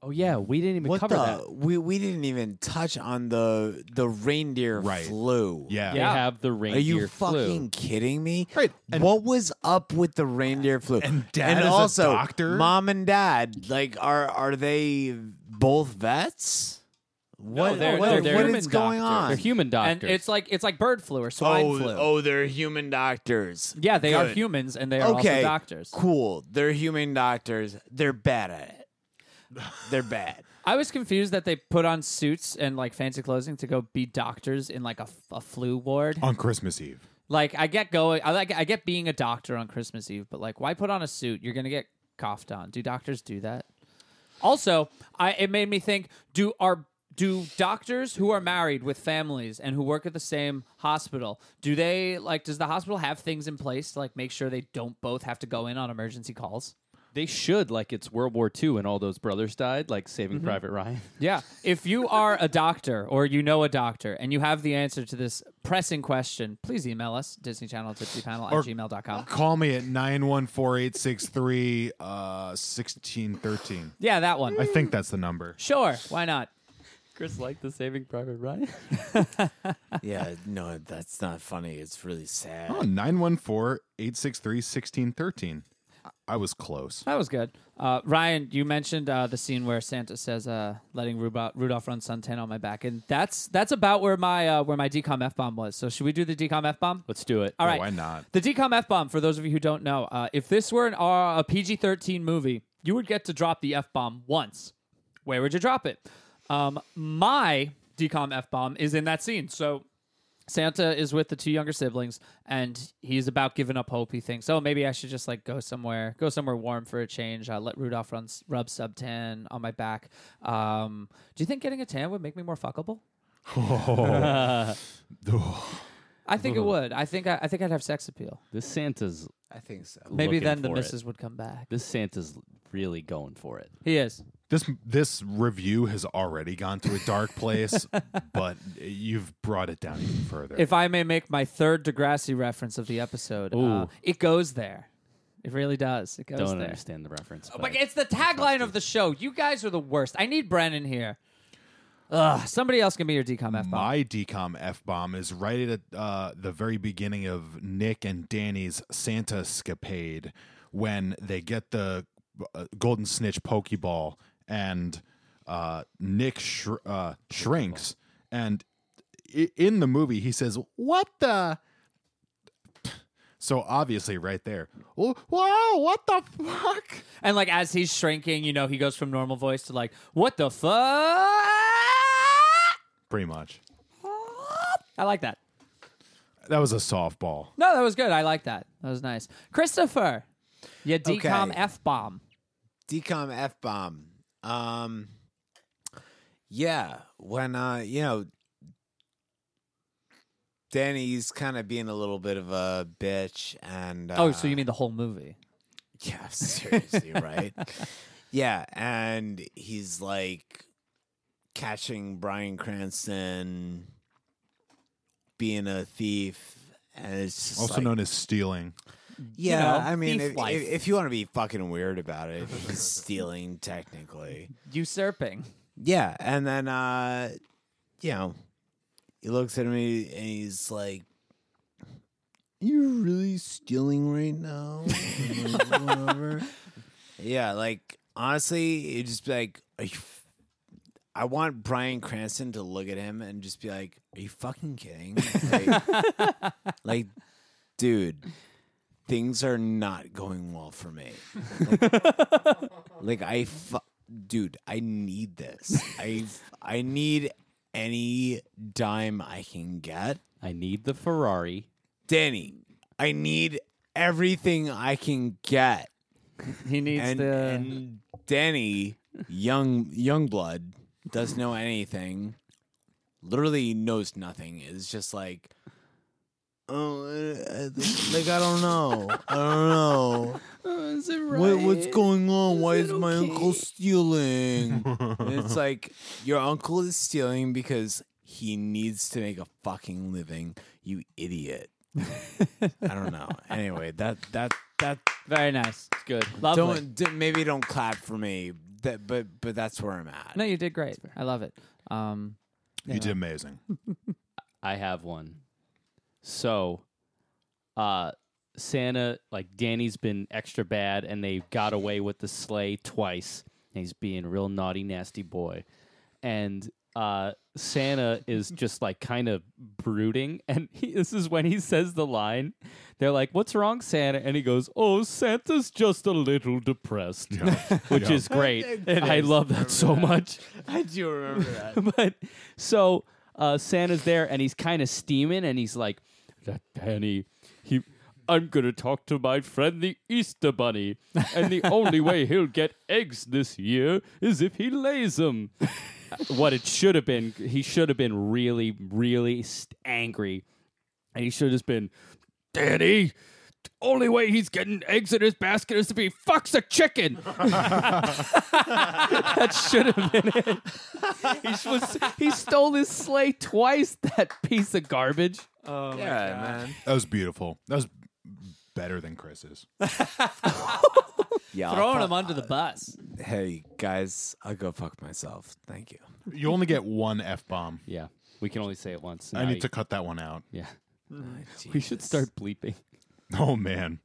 [SPEAKER 2] Oh yeah, we didn't even
[SPEAKER 3] What
[SPEAKER 2] cover
[SPEAKER 3] the?
[SPEAKER 2] that.
[SPEAKER 3] We we didn't even touch on the the reindeer
[SPEAKER 1] Right.
[SPEAKER 3] flu.
[SPEAKER 1] Yeah.
[SPEAKER 2] They have the
[SPEAKER 3] Are
[SPEAKER 2] reindeer
[SPEAKER 3] you
[SPEAKER 2] flu.
[SPEAKER 3] fucking kidding me?
[SPEAKER 1] Right, and-
[SPEAKER 3] what was up with the reindeer flu?
[SPEAKER 1] And dad is a
[SPEAKER 3] also,
[SPEAKER 1] doctor?
[SPEAKER 3] Mom and dad, like, are are they both vets? What,
[SPEAKER 4] they're-
[SPEAKER 3] what-
[SPEAKER 4] they're- they're
[SPEAKER 3] what
[SPEAKER 4] human
[SPEAKER 3] is going on?
[SPEAKER 2] They're human doctors.
[SPEAKER 4] And it's like it's like bird flu or swine
[SPEAKER 3] oh,
[SPEAKER 4] flu.
[SPEAKER 3] oh, they're human doctors.
[SPEAKER 4] Yeah, they are
[SPEAKER 3] Good.
[SPEAKER 4] humans and they are
[SPEAKER 3] Okay,
[SPEAKER 4] also doctors.
[SPEAKER 3] cool. They're human doctors. They're bad at it. They're bad.
[SPEAKER 4] I was confused that they put on suits and like fancy clothing to go be doctors in like a, f- a flu ward.
[SPEAKER 1] On Christmas Eve.
[SPEAKER 4] Like I get going, I like I get being a doctor on Christmas Eve, but like why put on a suit? You're gonna get coughed on. Do doctors do that? Also, I it made me think: Do are do doctors who are married with families and who work at the same hospital do they like? Does the hospital have things in place to like make sure they don't both have to go in on emergency calls?
[SPEAKER 2] they should like it's World War II and all those brothers died, like Saving Private Ryan.
[SPEAKER 4] Yeah. If you are a doctor or you know a doctor and you have the answer to this pressing question, please email us, Disney Channel Tipsy Panel at
[SPEAKER 1] Or-
[SPEAKER 4] gmail.com.
[SPEAKER 1] Call me at 914-863-1613.
[SPEAKER 4] Yeah, that one.
[SPEAKER 1] uh, I think that's the number.
[SPEAKER 4] Sure. Why not?
[SPEAKER 2] Chris liked the Saving Private Ryan.
[SPEAKER 3] Yeah, no, that's not funny. It's really sad.
[SPEAKER 1] Oh, 914-863-1613. I- I was close.
[SPEAKER 4] That was good. Uh, Ryan, you mentioned uh, the scene where Santa says, uh, "Letting Rudolph, Rudolph run suntan on my back," and that's that's about where my uh, where my decom f bomb was. So should we do the decom f bomb?
[SPEAKER 2] Let's do it.
[SPEAKER 4] All right.
[SPEAKER 1] Why not?
[SPEAKER 4] The DCOM F bomb, for those of you who don't know, uh, if this were an, R a PG 13 movie, you would get to drop the F bomb once. Where would you drop it? Um, my DCOM F bomb is in that scene. So Santa is with the two younger siblings and he's about giving up hope. He thinks, oh, maybe I should just like go somewhere, go somewhere warm for a change. Uh, let Rudolph run, rub sub tan on my back. Um, do you think getting a tan would make me more fuckable? I think it would. I think I, I think I'd have sex appeal.
[SPEAKER 2] This Santa's
[SPEAKER 3] I think so.
[SPEAKER 4] Maybe
[SPEAKER 2] Looking
[SPEAKER 4] then the
[SPEAKER 2] for it.
[SPEAKER 4] missus would come back.
[SPEAKER 2] this Santa's really going for it.
[SPEAKER 4] He is.
[SPEAKER 1] This this review has already gone to a dark place, but you've brought it down even further.
[SPEAKER 4] If I may make my third Degrassi reference of the episode, uh,
[SPEAKER 2] Ooh.
[SPEAKER 4] it goes there. It really does. It goes
[SPEAKER 2] Don't
[SPEAKER 4] there.
[SPEAKER 2] understand the reference.
[SPEAKER 4] But
[SPEAKER 2] but-
[SPEAKER 4] it's the tagline of the show. You guys are the worst. I need Brennan here. Ugh, somebody else can be your decom f bomb.
[SPEAKER 1] My decom f bomb is right at uh, the very beginning of Nick and Danny's Santa escapade when they get the uh, golden snitch pokeball and uh, Nick shr- uh, shrinks and i- in the movie he says what the so obviously right there "Oh, whoa what the fuck
[SPEAKER 4] And like as he's shrinking, you know, he goes from normal voice to like, "What the fuck?"
[SPEAKER 1] pretty much
[SPEAKER 4] I like that.
[SPEAKER 1] that was a softball
[SPEAKER 4] No, that was good. I like that. That was nice, Christopher. Your decom
[SPEAKER 3] Okay.
[SPEAKER 4] f bomb.
[SPEAKER 3] Decom F bomb. Um Yeah, when uh you know Danny's kind of being a little bit of a bitch and uh,
[SPEAKER 4] Oh, so you mean the whole movie?
[SPEAKER 3] Yeah, seriously, right? Yeah, and he's like catching Brian Cranston being a thief and it's just
[SPEAKER 1] also
[SPEAKER 3] like-
[SPEAKER 1] known as stealing
[SPEAKER 3] Yeah,
[SPEAKER 4] know,
[SPEAKER 3] I mean
[SPEAKER 4] thief
[SPEAKER 3] if,
[SPEAKER 4] life.
[SPEAKER 3] if, if you want to be fucking weird about it, he's stealing technically.
[SPEAKER 4] Usurping.
[SPEAKER 3] Yeah, and then uh you know, he looks at me and he's like you're really stealing right now. I'm like, "Whatever." yeah, like honestly, it just be like are you f- I want Brian Cranston to look at him and just be like, "Are you fucking kidding?" Like, like dude, things are not going well for me. Like I, fu- dude, I need this. I, I need any dime I can get,
[SPEAKER 2] I need the Ferrari.
[SPEAKER 3] Danny. I need everything I can get,
[SPEAKER 4] He needs
[SPEAKER 3] and,
[SPEAKER 4] the.
[SPEAKER 3] and Danny, young young blood, doesn't know anything. Literally knows nothing. Is just like, oh, uh, uh, like I don't know. I don't know.
[SPEAKER 4] Oh, is it
[SPEAKER 3] What, what's going on? Why is my uncle stealing? and it's like your uncle is stealing because he needs to make a fucking living. You idiot. I don't know. Anyway, that that that
[SPEAKER 4] Very nice. It's good. Lovely.
[SPEAKER 3] don't d- maybe don't clap for me. That but but that's where I'm at.
[SPEAKER 4] No, you did great. I love it. Um,
[SPEAKER 1] You did amazing.
[SPEAKER 2] I have one. So, uh, Santa, like Danny's been extra bad, and they got away with the sleigh twice. And he's being a real naughty, nasty boy, and uh, Santa is just like kind of brooding. And he, this is when he says the line. They're like, "What's wrong, Santa?" And he goes, "Oh, Santa's just a little depressed," which is great. I love that so much
[SPEAKER 3] I do remember that.
[SPEAKER 2] but so uh, Santa's there and he's kind of steaming and he's like, "That Danny, he, I'm gonna talk to my friend the Easter Bunny, and the only way he'll get eggs this year is if he lays them." what it should have been, he should have been really, really st- angry, and he should have just been, Danny. the Only way he's getting eggs in his basket is if he fucks a chicken. that should have been it. He was he stole his sleigh twice. That piece of garbage.
[SPEAKER 3] Yeah, man.
[SPEAKER 1] That was beautiful. That was better than Chris's.
[SPEAKER 3] Yeah. I'll
[SPEAKER 4] throwing
[SPEAKER 3] fu-
[SPEAKER 4] him under the bus.
[SPEAKER 3] Hey guys, I'll go fuck myself. Thank you.
[SPEAKER 1] You only get one f bomb.
[SPEAKER 2] Yeah, we can only say it once.
[SPEAKER 1] I need to cut that one out.
[SPEAKER 2] Yeah,
[SPEAKER 3] Mm.
[SPEAKER 2] we should start bleeping.
[SPEAKER 1] Oh man,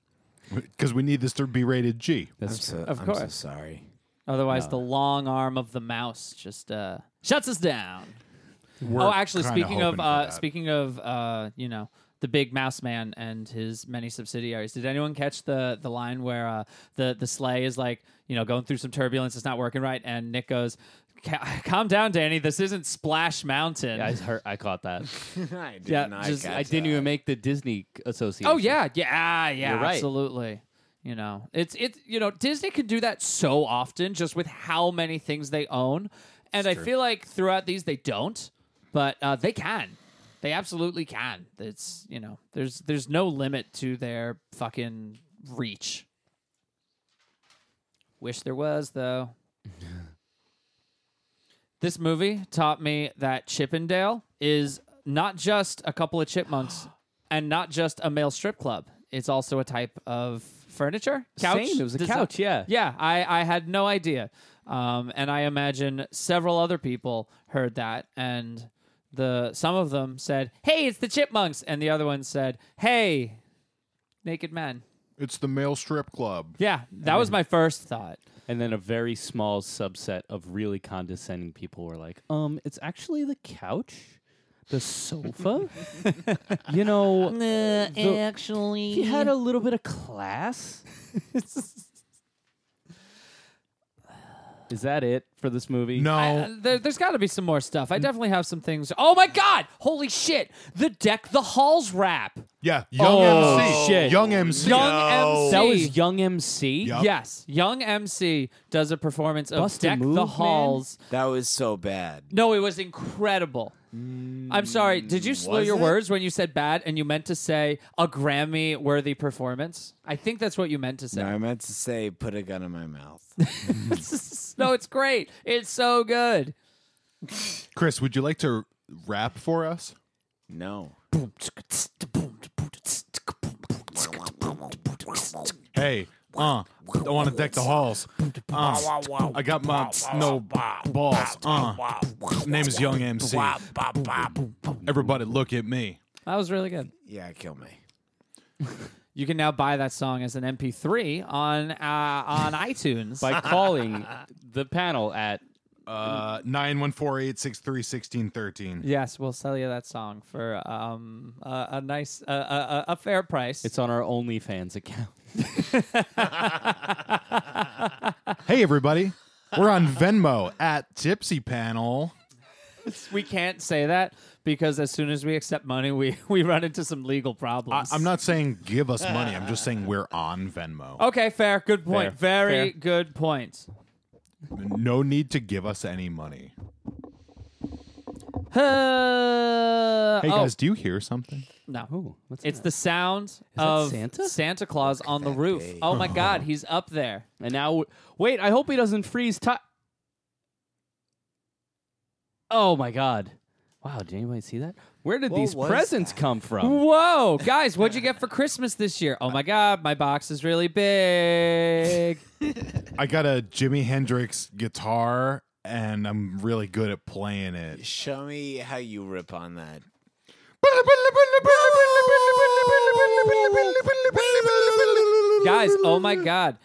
[SPEAKER 1] because we need this to be rated G.
[SPEAKER 4] Oh,
[SPEAKER 3] I'm so,
[SPEAKER 4] Of
[SPEAKER 3] I'm so
[SPEAKER 4] course.
[SPEAKER 3] sorry.
[SPEAKER 4] Otherwise, the long arm of the mouse just uh, shuts us down. oh, actually, speaking of uh, speaking of uh, you know the big mouse man and his many subsidiaries. Did anyone catch the the line where uh, the the sleigh is like you know going through some turbulence? It's not working right, and Nick goes. "Ca- Calm down, Danny. This isn't Splash Mountain.
[SPEAKER 2] I heard, I caught that.
[SPEAKER 3] I did
[SPEAKER 4] Yeah,
[SPEAKER 3] not
[SPEAKER 4] just-
[SPEAKER 3] catch
[SPEAKER 2] I didn't
[SPEAKER 3] that.
[SPEAKER 2] even make the Disney association.
[SPEAKER 4] Oh yeah, yeah, ah, yeah,
[SPEAKER 2] You're right.
[SPEAKER 4] absolutely. You know, it's it's you know Disney could do that so often just with how many things they own, and I feel like throughout these they don't, but uh, they can, they absolutely can. It's you know there's there's no limit to their fucking reach. Wish there was though. this movie taught me that Chippendale is not just a couple of chipmunks and not just a male strip club. It's also a type of furniture. Couch.
[SPEAKER 2] Same, it was a
[SPEAKER 4] Design-
[SPEAKER 2] couch, yeah.
[SPEAKER 4] Yeah. I, I had no idea. Um, and I imagine several other people heard that and the some of them said, Hey, it's the chipmunks and the other one said, Hey, naked men.
[SPEAKER 1] it's the male strip club.
[SPEAKER 4] Yeah, that was my first thought.
[SPEAKER 2] And then a very small subset of really condescending people were like, "Um, it's actually the couch, the sofa. you know, the-
[SPEAKER 4] actually,
[SPEAKER 2] he had a little bit of class." Is that it for this movie?
[SPEAKER 1] No,
[SPEAKER 4] I- uh, there, there's got to be some more stuff.
[SPEAKER 3] Mm.
[SPEAKER 4] I definitely have some things. Oh my god! Holy shit! The deck the halls wrap.
[SPEAKER 1] yeah, young
[SPEAKER 2] Oh,
[SPEAKER 1] MC,
[SPEAKER 2] shit.
[SPEAKER 1] young MC.
[SPEAKER 4] Young MC.
[SPEAKER 2] That was Young MC.
[SPEAKER 1] Yup.
[SPEAKER 4] Yes, young MC does a performance of
[SPEAKER 2] Bust a
[SPEAKER 4] deck
[SPEAKER 2] move,
[SPEAKER 4] the
[SPEAKER 2] man.
[SPEAKER 4] halls.
[SPEAKER 3] That was so bad.
[SPEAKER 4] No, it was incredible. I'm sorry. Did you slur
[SPEAKER 3] Mm, was
[SPEAKER 4] your
[SPEAKER 3] it?
[SPEAKER 4] words when you said bad and you meant to say a Grammy worthy performance? I think that's what you meant to say.
[SPEAKER 3] No, I meant to say, put a gun in my mouth.
[SPEAKER 4] no it's great. It's so good.
[SPEAKER 1] Chris, would you like to rap for us?
[SPEAKER 3] no.
[SPEAKER 1] Hey, Uh, I want to deck the halls. Uh, I got my snow balls. Uh, name is Young MC. Everybody, look at me.
[SPEAKER 4] That was really good.
[SPEAKER 3] Yeah, kill me.
[SPEAKER 4] You can now buy that song as an MP3 on uh, on iTunes.
[SPEAKER 2] by calling the panel at
[SPEAKER 1] Uh, nine one four eight six three sixteen thirteen.
[SPEAKER 4] yes, we'll sell you that song for um, a, a nice, uh, a, a fair price.
[SPEAKER 2] it's on our OnlyFans account.
[SPEAKER 1] Hey, everybody, we're on Venmo at Tipsy Panel.
[SPEAKER 4] we can't say that because as soon as we accept money, we, we run into some legal
[SPEAKER 1] I,
[SPEAKER 4] problems.
[SPEAKER 1] I'm not saying give us money. I'm just saying we're on Venmo.
[SPEAKER 4] Okay, fair. Good point.
[SPEAKER 2] Fair.
[SPEAKER 4] Very
[SPEAKER 2] Fair.
[SPEAKER 4] good point.
[SPEAKER 1] No need to give us any money.
[SPEAKER 4] Uh,
[SPEAKER 1] Hey
[SPEAKER 4] oh,
[SPEAKER 1] guys, do you hear something?
[SPEAKER 4] no.
[SPEAKER 2] Ooh, what's
[SPEAKER 4] It's
[SPEAKER 2] that?
[SPEAKER 4] the sound
[SPEAKER 2] that
[SPEAKER 4] of
[SPEAKER 2] Santa?
[SPEAKER 4] Santa Claus on the roof.
[SPEAKER 3] big.
[SPEAKER 4] Oh my God, he's up there.
[SPEAKER 2] and now wait. I hope he doesn't freeze. Ti- oh my God! Wow, did anybody see that? Where did these
[SPEAKER 3] was
[SPEAKER 2] presents come from?
[SPEAKER 4] Whoa, guys, what'd you get for Christmas this year? Oh my God, my box is really big.
[SPEAKER 1] I got a Jimi Hendrix guitar and I'm really good at playing it.
[SPEAKER 3] Show me how you rip on that.
[SPEAKER 4] guys, oh my God,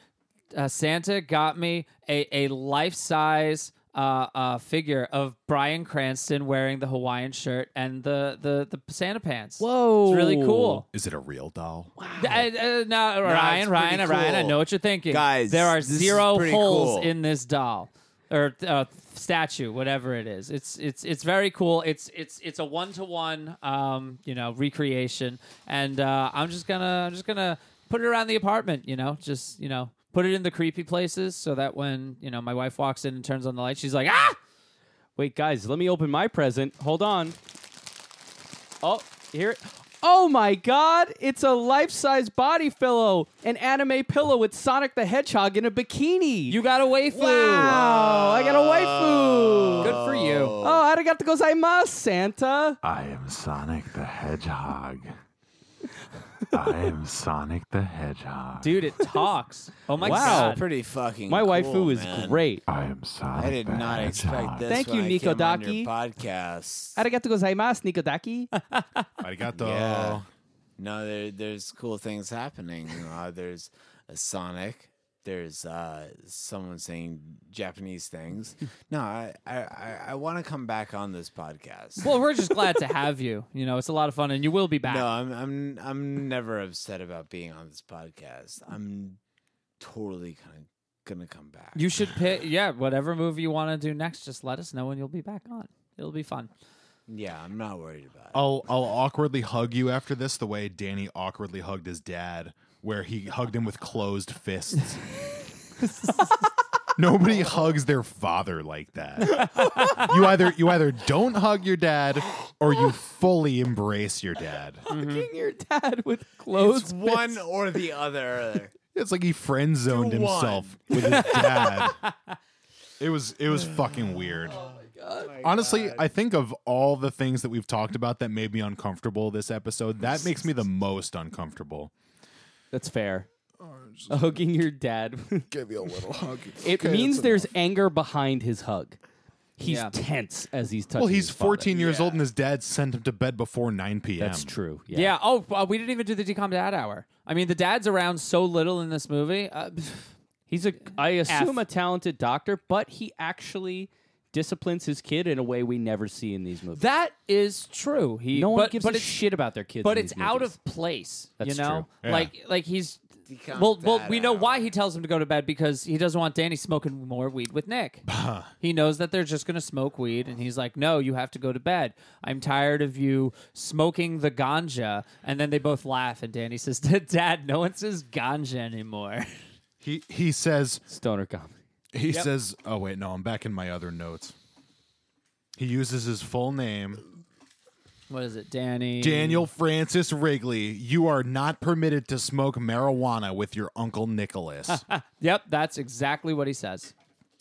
[SPEAKER 4] uh, Santa got me a, a life size. Uh, uh, figure of Brian Cranston wearing the Hawaiian shirt and the the, the Santa pants.
[SPEAKER 2] Whoa.
[SPEAKER 4] it's really cool.
[SPEAKER 1] Is it a real doll?
[SPEAKER 4] Uh, uh, no, Ryan,
[SPEAKER 3] it's
[SPEAKER 4] Ryan,
[SPEAKER 3] pretty
[SPEAKER 4] Ryan. I
[SPEAKER 3] cool.
[SPEAKER 4] know what you're thinking,
[SPEAKER 3] Guys,
[SPEAKER 4] There are
[SPEAKER 3] this is
[SPEAKER 4] zero
[SPEAKER 3] pretty
[SPEAKER 4] holes
[SPEAKER 3] cool.
[SPEAKER 4] in this doll or uh, statue, whatever it is. It's it's it's very cool. It's it's it's a one to one, um, you know, recreation. And uh, I'm just gonna I'm just gonna put it around the apartment. You know, just you know, put it in the creepy places so that when you know my wife walks in and turns on the light, she's like, ah.
[SPEAKER 2] Wait, guys, let me open my present. Hold on. Oh, here. Oh my God! It's a life-size body pillow, an anime pillow with Sonic the Hedgehog in a bikini.
[SPEAKER 4] You got a waifu.
[SPEAKER 2] Wow, I got a waifu.
[SPEAKER 4] Good for you.
[SPEAKER 2] Oh, arigato gozaimasu, Santa.
[SPEAKER 3] Ah,
[SPEAKER 5] I am Sonic the Hedgehog. I am Sonic the Hedgehog.
[SPEAKER 4] Dude, it talks. Oh my
[SPEAKER 2] Wow.
[SPEAKER 4] god.
[SPEAKER 3] Pretty fucking.
[SPEAKER 2] My
[SPEAKER 3] cool,
[SPEAKER 2] waifu is
[SPEAKER 3] man.
[SPEAKER 2] great.
[SPEAKER 5] I am Sonic
[SPEAKER 3] I did
[SPEAKER 5] the
[SPEAKER 3] not expect
[SPEAKER 5] Hedgehog.
[SPEAKER 3] this.
[SPEAKER 2] Thank
[SPEAKER 3] when
[SPEAKER 2] you,
[SPEAKER 3] I came on your
[SPEAKER 2] Nikodaki.
[SPEAKER 3] Podcast.
[SPEAKER 2] Arigato gozaimasu, Nikodaki.
[SPEAKER 1] I got the
[SPEAKER 3] Yeah.
[SPEAKER 2] Oh.
[SPEAKER 3] No, there, there's cool things happening. Uh, there's a Sonic. There's uh, someone saying Japanese things. No, I, I, I, I want to come back on this podcast.
[SPEAKER 4] Well, we're just glad to have you. You know, it's a lot of fun, and you will be back.
[SPEAKER 3] No, I'm, I'm, I'm never upset about being on this podcast. I'm totally kind of gonna come back.
[SPEAKER 4] You should pick, yeah, whatever movie you want to do next, just let us know and you'll be back on. It'll be fun.
[SPEAKER 3] yeah, I'm not worried about it.
[SPEAKER 1] I'll I'll awkwardly hug you after this the way Danny awkwardly hugged his dad where he hugged him with closed fists. Nobody hugs their father like that. You either you either don't hug your dad or you fully embrace your dad.
[SPEAKER 2] Hugging your dad with
[SPEAKER 4] Oh,
[SPEAKER 2] clothes.
[SPEAKER 3] It's one or the other.
[SPEAKER 1] It's like he friend zoned
[SPEAKER 3] Do one.
[SPEAKER 1] himself with his dad. it was it was fucking weird. Honestly, I think of all the things that we've talked about that made me uncomfortable this episode, that makes me the most uncomfortable.
[SPEAKER 2] That's fair. Hugging your dad.
[SPEAKER 1] Oh, Give you a little hug.
[SPEAKER 2] It means there's anger behind his hug. He's
[SPEAKER 4] Yeah.
[SPEAKER 2] tense as he's touching.
[SPEAKER 1] Well, he's
[SPEAKER 2] his father.
[SPEAKER 1] 14 years old, and his dad sent him to bed before 9 p.m.
[SPEAKER 2] That's true.
[SPEAKER 4] Yeah. Oh, uh, we didn't even do the decom dad hour. I mean, the dad's around so little in this movie. Uh,
[SPEAKER 2] He's a, I assume, a talented doctor, but he actually disciplines his kid in a way we never see in these movies.
[SPEAKER 4] that is true. He
[SPEAKER 2] no one
[SPEAKER 4] but,
[SPEAKER 2] gives
[SPEAKER 4] but
[SPEAKER 2] a
[SPEAKER 4] it's,
[SPEAKER 2] shit about their kids.
[SPEAKER 4] But
[SPEAKER 2] in
[SPEAKER 4] it's
[SPEAKER 2] these
[SPEAKER 4] out
[SPEAKER 2] movies.
[SPEAKER 4] of place. you
[SPEAKER 2] That's
[SPEAKER 4] know,
[SPEAKER 2] true.
[SPEAKER 1] Yeah.
[SPEAKER 4] like like he's.
[SPEAKER 3] Decom
[SPEAKER 4] Well, well,
[SPEAKER 3] dad
[SPEAKER 4] we know why
[SPEAKER 3] hour.
[SPEAKER 4] he tells him to go to bed because he doesn't want Danny smoking more weed with Nick. he knows that they're just going to smoke weed, and he's like, "No, you have to go to bed. I'm tired of you smoking the ganja." And then they both laugh, and Danny says, "Dad, no one says ganja anymore."
[SPEAKER 1] He he says
[SPEAKER 2] stoner comedy.
[SPEAKER 1] he says. Oh wait, no, I'm back in my other notes. He uses his full name,
[SPEAKER 4] what is it, Danny?
[SPEAKER 1] Daniel Francis Wrigley. You are not permitted to smoke marijuana with your uncle Nicholas.
[SPEAKER 4] Yep, that's exactly what he says.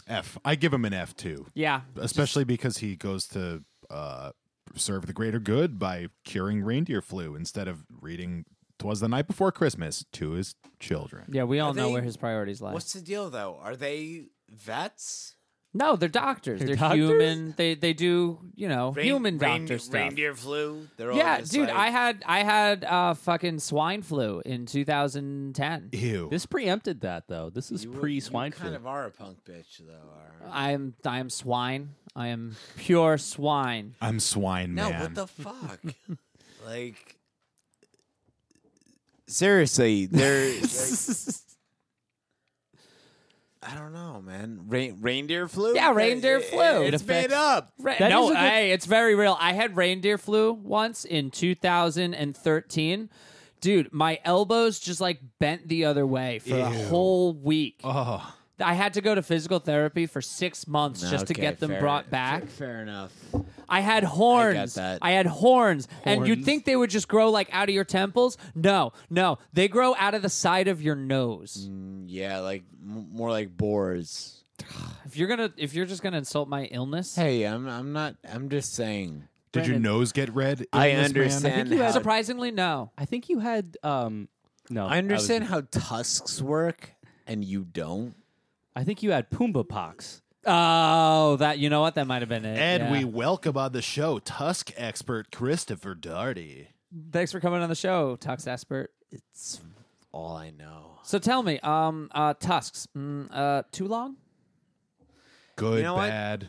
[SPEAKER 1] F. I give him an F too,
[SPEAKER 4] Yeah,
[SPEAKER 1] especially because he goes to uh, serve the greater good by curing reindeer flu instead of reading Twas the night before Christmas to his children.
[SPEAKER 4] Yeah, we all know
[SPEAKER 3] they-
[SPEAKER 4] where his priorities lie.
[SPEAKER 3] What's the deal though? Are they vets?
[SPEAKER 4] No, they're doctors. They're,
[SPEAKER 2] doctors?
[SPEAKER 4] human. They they do you know
[SPEAKER 3] Rein-
[SPEAKER 4] human
[SPEAKER 3] rein-
[SPEAKER 4] doctor stuff.
[SPEAKER 3] Reindeer flu. They're all
[SPEAKER 4] Yeah,
[SPEAKER 3] just
[SPEAKER 4] dude,
[SPEAKER 3] like-
[SPEAKER 4] I had I had uh fucking swine flu in 2010.
[SPEAKER 1] Ew.
[SPEAKER 2] This preempted that though. This is
[SPEAKER 3] You were-
[SPEAKER 2] pre
[SPEAKER 3] you
[SPEAKER 2] swine flu.
[SPEAKER 3] Kind of are a punk bitch though. Are.
[SPEAKER 4] I'm I am swine. I am pure swine.
[SPEAKER 1] I'm swine
[SPEAKER 3] No,
[SPEAKER 1] man.
[SPEAKER 3] what the fuck? like seriously, they're like, I don't know, man. Rein- reindeer flu?
[SPEAKER 4] Yeah, reindeer
[SPEAKER 3] It-
[SPEAKER 4] flu. It
[SPEAKER 3] It's made
[SPEAKER 4] affects-
[SPEAKER 3] up.
[SPEAKER 4] Re-
[SPEAKER 2] That
[SPEAKER 4] no,
[SPEAKER 2] is a good-
[SPEAKER 4] hey, it's very real. I had reindeer flu once in 2013. Dude, my elbows just like bent the other way for a
[SPEAKER 1] Ew.
[SPEAKER 4] whole week.
[SPEAKER 1] oh,
[SPEAKER 4] I had to go to physical therapy for six months just to
[SPEAKER 3] Okay,
[SPEAKER 4] get them
[SPEAKER 3] fair-
[SPEAKER 4] brought back.
[SPEAKER 3] Fair enough.
[SPEAKER 4] I had horns.
[SPEAKER 3] that.
[SPEAKER 4] had horns. And you'd
[SPEAKER 2] Horns.
[SPEAKER 4] think they would just grow like out of your temples. No, no. They grow out of the side of your nose.
[SPEAKER 3] Mm, Yeah, like m- more like boars.
[SPEAKER 4] If you're gonna if you're just gonna insult my illness,
[SPEAKER 3] Hey, I'm I'm not I'm just saying.
[SPEAKER 1] did your nose get red?
[SPEAKER 3] I
[SPEAKER 1] in this, man?
[SPEAKER 3] understand.
[SPEAKER 2] you
[SPEAKER 3] how,
[SPEAKER 2] had
[SPEAKER 4] surprisingly no.
[SPEAKER 2] I think you had um no.
[SPEAKER 3] I
[SPEAKER 2] was-
[SPEAKER 3] understand how tusks work and you don't.
[SPEAKER 2] I think you had Pumbaa pox.
[SPEAKER 4] Oh, that you know what? That might have been it.
[SPEAKER 1] And
[SPEAKER 4] yeah.
[SPEAKER 1] we welcome on the show Tusk expert Christopher Darty.
[SPEAKER 4] thanks for coming on the show, Tux Aspert.
[SPEAKER 3] It's all I know.
[SPEAKER 4] So tell me, um, uh, tusks, mm, uh, too long?
[SPEAKER 1] Good,
[SPEAKER 3] You know what?
[SPEAKER 1] bad.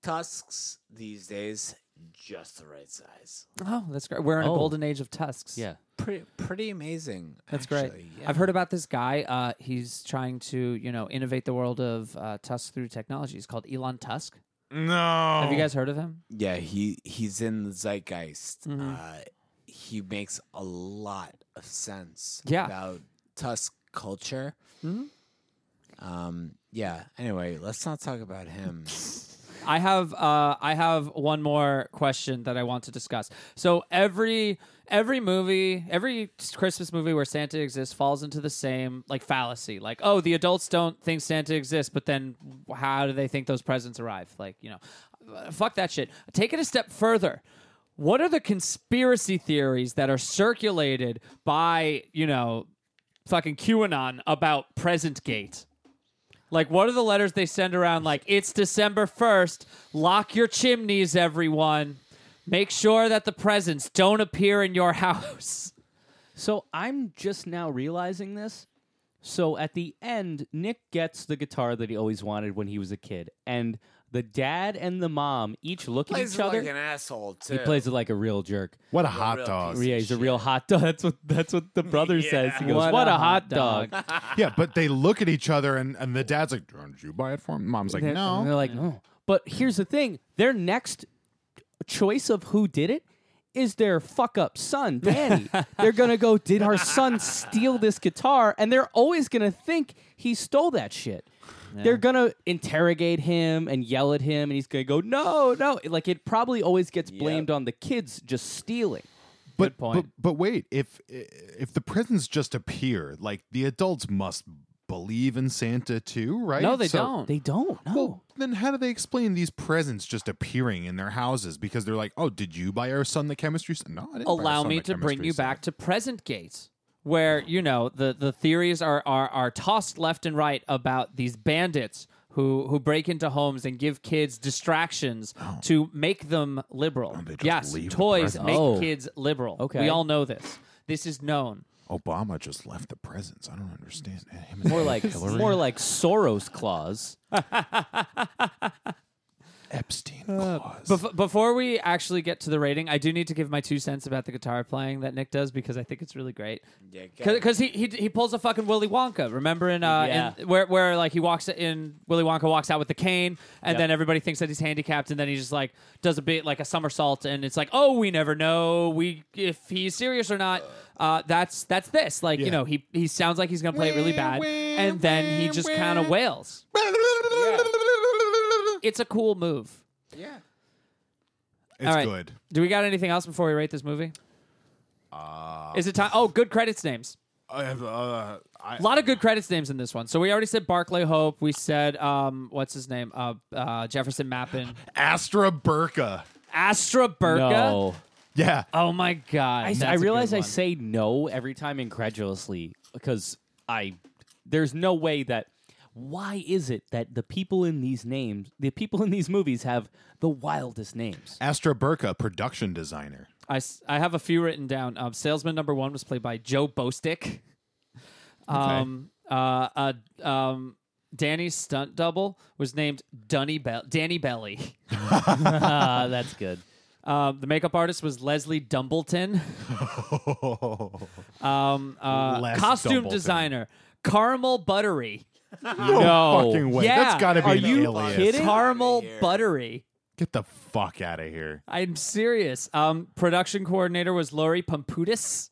[SPEAKER 3] Tusks these days just the right size.
[SPEAKER 4] Oh, that's great. We're in a
[SPEAKER 2] Oh.
[SPEAKER 4] golden age of tusks.
[SPEAKER 2] Yeah.
[SPEAKER 3] Pretty pretty amazing.
[SPEAKER 4] That's great.
[SPEAKER 3] actually, yeah.
[SPEAKER 4] I've heard about this guy. Uh, he's trying to, you know, innovate the world of uh, Tusk through technology. He's called Elon Tusk.
[SPEAKER 1] No.
[SPEAKER 4] Have you guys heard of him?
[SPEAKER 3] Yeah, he he's in the zeitgeist.
[SPEAKER 4] Mhm.
[SPEAKER 3] Uh, he makes a lot of sense
[SPEAKER 4] Yeah.
[SPEAKER 3] about Tusk culture.
[SPEAKER 4] Mhm.
[SPEAKER 3] Um, yeah. Anyway, let's not talk about him.
[SPEAKER 4] I have, uh, I have one more question that I want to discuss. So every every movie, every Christmas movie where Santa exists falls into the same like fallacy. Like, oh, the adults don't think Santa exists, but then how do they think those presents arrive? Like, you know, uh, fuck that shit. Take it a step further. What are the conspiracy theories that are circulated by you know fucking QAnon about present gate. Like, what are the letters they send around? Like, it's December 1st. Lock your chimneys, everyone. Make sure that the presents don't appear in your house.
[SPEAKER 2] So I'm just now realizing this. So at the end, Nick gets the guitar that he always wanted when he was a kid, and the dad and the mom each look at each other.
[SPEAKER 3] like an asshole too.
[SPEAKER 2] he plays it like a real jerk.
[SPEAKER 1] What a
[SPEAKER 3] real
[SPEAKER 1] hot dog.
[SPEAKER 3] piece.
[SPEAKER 2] Yeah, he's a real hot dog. That's what that's what the brother says. He goes, "What, a, hot dog!"
[SPEAKER 1] yeah, but they look at each other and, and the dad's like, Did you buy it for him? Mom's like,
[SPEAKER 2] And
[SPEAKER 1] No.
[SPEAKER 2] they're like, "Oh." But here's the thing: their next choice of who did it is their fuck up son, Danny. they're gonna go, "Did our son steal this guitar?" And they're always gonna think he stole that shit. They're gonna interrogate him and yell at him, and he's gonna go, "No, no!" Like it probably always gets blamed on the kids just stealing.
[SPEAKER 1] but,
[SPEAKER 4] point.
[SPEAKER 1] but but wait, if if the prisons just appear, like the adults must believe in Santa too, right?
[SPEAKER 4] No, they
[SPEAKER 1] So-
[SPEAKER 4] don't.
[SPEAKER 2] They don't. No.
[SPEAKER 1] Well, then how do they explain these presents just appearing in their houses? Because they're like, "Oh, did you buy our son the chemistry?" Set? No, I didn't. buy our
[SPEAKER 4] Allow
[SPEAKER 1] son
[SPEAKER 4] me
[SPEAKER 1] the
[SPEAKER 4] to bring
[SPEAKER 1] chemistry
[SPEAKER 4] you
[SPEAKER 1] set."
[SPEAKER 4] back to present gate, where, you know, the, the theories are, are, are tossed left and right about these bandits who, who break into homes and give kids distractions to make them liberal.
[SPEAKER 1] Oh. they just
[SPEAKER 4] yes,
[SPEAKER 1] leave the
[SPEAKER 4] toys
[SPEAKER 1] presents.
[SPEAKER 4] make
[SPEAKER 2] Oh.
[SPEAKER 4] kids liberal.
[SPEAKER 2] Okay.
[SPEAKER 4] We all know this. This is known.
[SPEAKER 1] Obama just left the presents. I don't understand. Him and
[SPEAKER 2] more like
[SPEAKER 1] Hillary
[SPEAKER 2] more like Soros clause.
[SPEAKER 1] Epstein clause.
[SPEAKER 4] Uh, Bef- before we actually get to the rating, I do need to give my two cents about the guitar playing that Nick does because I think it's really great.
[SPEAKER 3] Yeah, gotta-
[SPEAKER 4] Because he, he he pulls a fucking Willy Wonka. Remember in uh
[SPEAKER 2] Yeah.
[SPEAKER 4] in, where where like he walks in Willy Wonka walks out with the cane and
[SPEAKER 2] Yep.
[SPEAKER 4] then everybody thinks that he's handicapped and then he just like does a bit like a somersault and it's like oh we never know we if he's serious or not. Uh, that's that's this like you
[SPEAKER 1] Yeah.
[SPEAKER 4] know he he sounds like he's gonna play it really bad and then he just kind of wails. It's a cool move.
[SPEAKER 3] yeah.
[SPEAKER 1] it's
[SPEAKER 4] all right.
[SPEAKER 1] good.
[SPEAKER 4] Do we got anything else before we rate this movie? Is it time? Oh, good credits names.
[SPEAKER 1] I have, uh, I,
[SPEAKER 4] A lot of good credits names in this one. So we already said Barclay Hope. We said um, what's his name? Uh, uh, Jefferson Mappin,
[SPEAKER 1] Astra Burka.
[SPEAKER 4] Astra Burka.
[SPEAKER 2] No.
[SPEAKER 1] Yeah.
[SPEAKER 4] Oh my god!
[SPEAKER 2] I, s-
[SPEAKER 4] that's
[SPEAKER 2] I
[SPEAKER 4] a good
[SPEAKER 2] realize I
[SPEAKER 4] one.
[SPEAKER 2] say no every time incredulously because I there's no way that why is it that the people in these names the people in these movies have the wildest names?
[SPEAKER 1] Astra Burka, production designer.
[SPEAKER 4] I, s- I have a few written down. Um, salesman number one was played by Joe Bostick. Um, uh, uh, um, Danny's stunt double was named Dunny Bell Danny Belly.
[SPEAKER 2] Ah, that's good.
[SPEAKER 4] Um, the makeup artist was Leslie Dumbleton.
[SPEAKER 1] Oh,
[SPEAKER 4] Um, uh,
[SPEAKER 1] Les
[SPEAKER 4] costume
[SPEAKER 1] Dumbleton.
[SPEAKER 4] designer Caramel Buttery.
[SPEAKER 1] No, fucking way.
[SPEAKER 4] Yeah.
[SPEAKER 1] That's got to be
[SPEAKER 4] Are
[SPEAKER 1] an
[SPEAKER 4] you
[SPEAKER 1] alias.
[SPEAKER 2] kidding?
[SPEAKER 4] Caramel
[SPEAKER 3] here.
[SPEAKER 4] Buttery.
[SPEAKER 1] Get the fuck out of here.
[SPEAKER 4] I'm serious. Um, production coordinator was Lori Pomputis.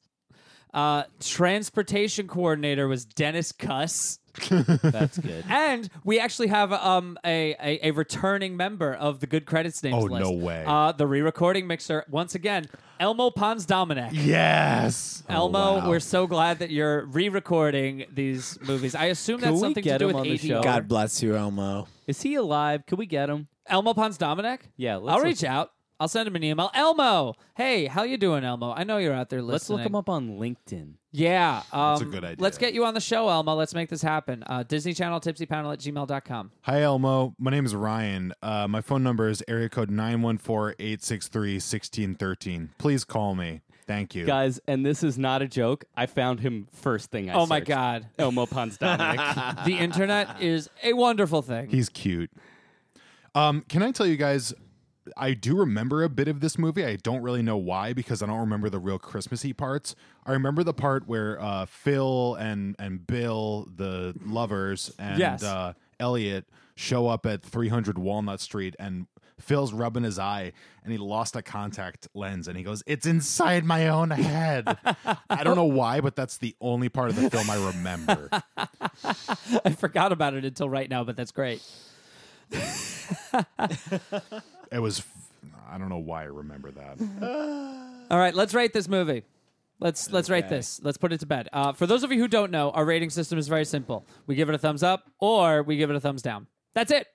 [SPEAKER 4] Uh, transportation coordinator was Dennis Cuss.
[SPEAKER 2] That's good.
[SPEAKER 4] And we actually have um, a, a, a returning member of the good credits names
[SPEAKER 1] Oh,
[SPEAKER 4] list.
[SPEAKER 1] no way.
[SPEAKER 4] Uh, the re-recording mixer once again, Elmo Pons Dominic.
[SPEAKER 1] Yes.
[SPEAKER 4] Elmo,
[SPEAKER 1] Oh, wow.
[SPEAKER 4] we're so glad that you're re-recording these movies. I assume
[SPEAKER 2] Can
[SPEAKER 4] that's
[SPEAKER 2] we
[SPEAKER 4] something
[SPEAKER 2] get
[SPEAKER 4] to do
[SPEAKER 2] him
[SPEAKER 4] with
[SPEAKER 2] on the
[SPEAKER 4] ADR.
[SPEAKER 2] show?
[SPEAKER 3] God bless you, Elmo.
[SPEAKER 2] Is he alive? Could we get him?
[SPEAKER 4] Elmo Pons Dominic.
[SPEAKER 2] Yeah, let's
[SPEAKER 4] I'll
[SPEAKER 2] look-
[SPEAKER 4] reach out. I'll send him an email. Elmo, hey, how you doing, Elmo? I know you're out there listening.
[SPEAKER 2] Let's look him up on LinkedIn.
[SPEAKER 4] Yeah, um,
[SPEAKER 1] a good idea.
[SPEAKER 4] Let's get you on the show, Elmo. Let's make this happen. Uh, Disney Channel Tipsy Panel at gmail.com.
[SPEAKER 1] Hi, Elmo. My name is Ryan. Uh, my phone number is area code 914 863 1613. Please call me. Thank you.
[SPEAKER 2] Guys, and this is not a joke. I found him first thing I
[SPEAKER 4] Oh my
[SPEAKER 2] searched.
[SPEAKER 4] God,
[SPEAKER 2] Elmo Pons Dominic.
[SPEAKER 4] the internet is a wonderful thing.
[SPEAKER 1] He's cute. Um, can I tell you guys? I do remember a bit of this movie. I don't really know why because I don't remember the real Christmassy parts. I remember the part where uh, Phil and and Bill, the lovers, and
[SPEAKER 4] Yes.
[SPEAKER 1] uh, Elliot show up at 300 Walnut Street, and Phil's rubbing his eye, and he lost a contact lens, and he goes, "It's inside my own head." I don't know why, but that's the only part of the film I remember.
[SPEAKER 4] I forgot about it until right now, but that's great.
[SPEAKER 1] It was. f- I don't know why I remember that.
[SPEAKER 4] All right, let's rate this movie. Let's let's rate this. Let's put it to bed. Uh, for those of you who don't know, our rating system is very simple. We give it a thumbs up or we give it a thumbs down. That's it.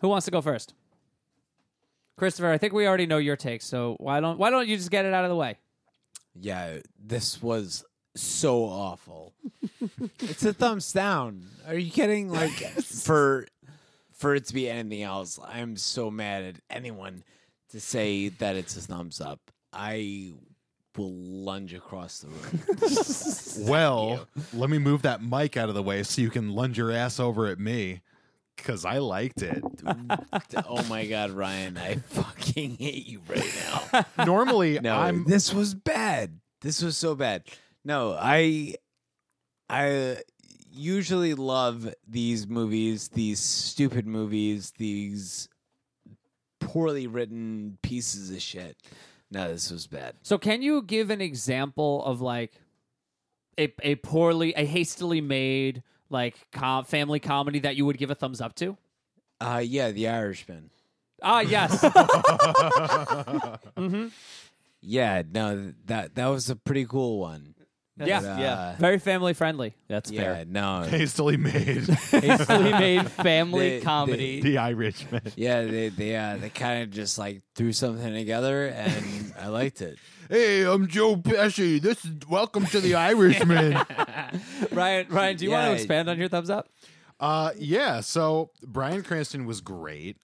[SPEAKER 4] Who wants to go first? Christopher, I think we already know your take, so why don't why don't you just get it out of the way?
[SPEAKER 3] Yeah, this was so awful. it's a thumbs down. Are you kidding? Like for for it to be anything else, I'm so mad at anyone to say that it's a thumbs up. I will lunge across the room.
[SPEAKER 1] Well, let me move that mic out of the way so you can lunge your ass over at me because I liked it.
[SPEAKER 3] oh my god, Ryan, I fucking hate you right now.
[SPEAKER 1] Normally,
[SPEAKER 3] No,
[SPEAKER 1] I'm
[SPEAKER 3] this was bad. This was so bad. No, I I usually love these movies, these stupid movies, these poorly written pieces of shit. No, this was bad.
[SPEAKER 4] So can you give an example of like a a poorly a hastily made like com- family comedy that you would give a thumbs up to?
[SPEAKER 3] Uh yeah, The Irishman.
[SPEAKER 4] Ah, yes.
[SPEAKER 3] Yeah, no, th- that that was a pretty cool one.
[SPEAKER 4] yeah.
[SPEAKER 3] But, uh,
[SPEAKER 4] Very family friendly.
[SPEAKER 2] That's
[SPEAKER 3] Yeah,
[SPEAKER 2] fair.
[SPEAKER 3] no.
[SPEAKER 1] hastily made
[SPEAKER 2] Hastily made family
[SPEAKER 3] They- they-
[SPEAKER 2] comedy.
[SPEAKER 1] the Irishman.
[SPEAKER 3] Yeah, they they uh, they kind of just like threw something together, and I liked it.
[SPEAKER 1] Hey, I'm Joe Pesci. This is Welcome to the Irishman.
[SPEAKER 4] Ryan, Ryan, do you want
[SPEAKER 3] Yeah.
[SPEAKER 4] to expand on your thumbs up?
[SPEAKER 1] uh, yeah, so Brian Cranston was great.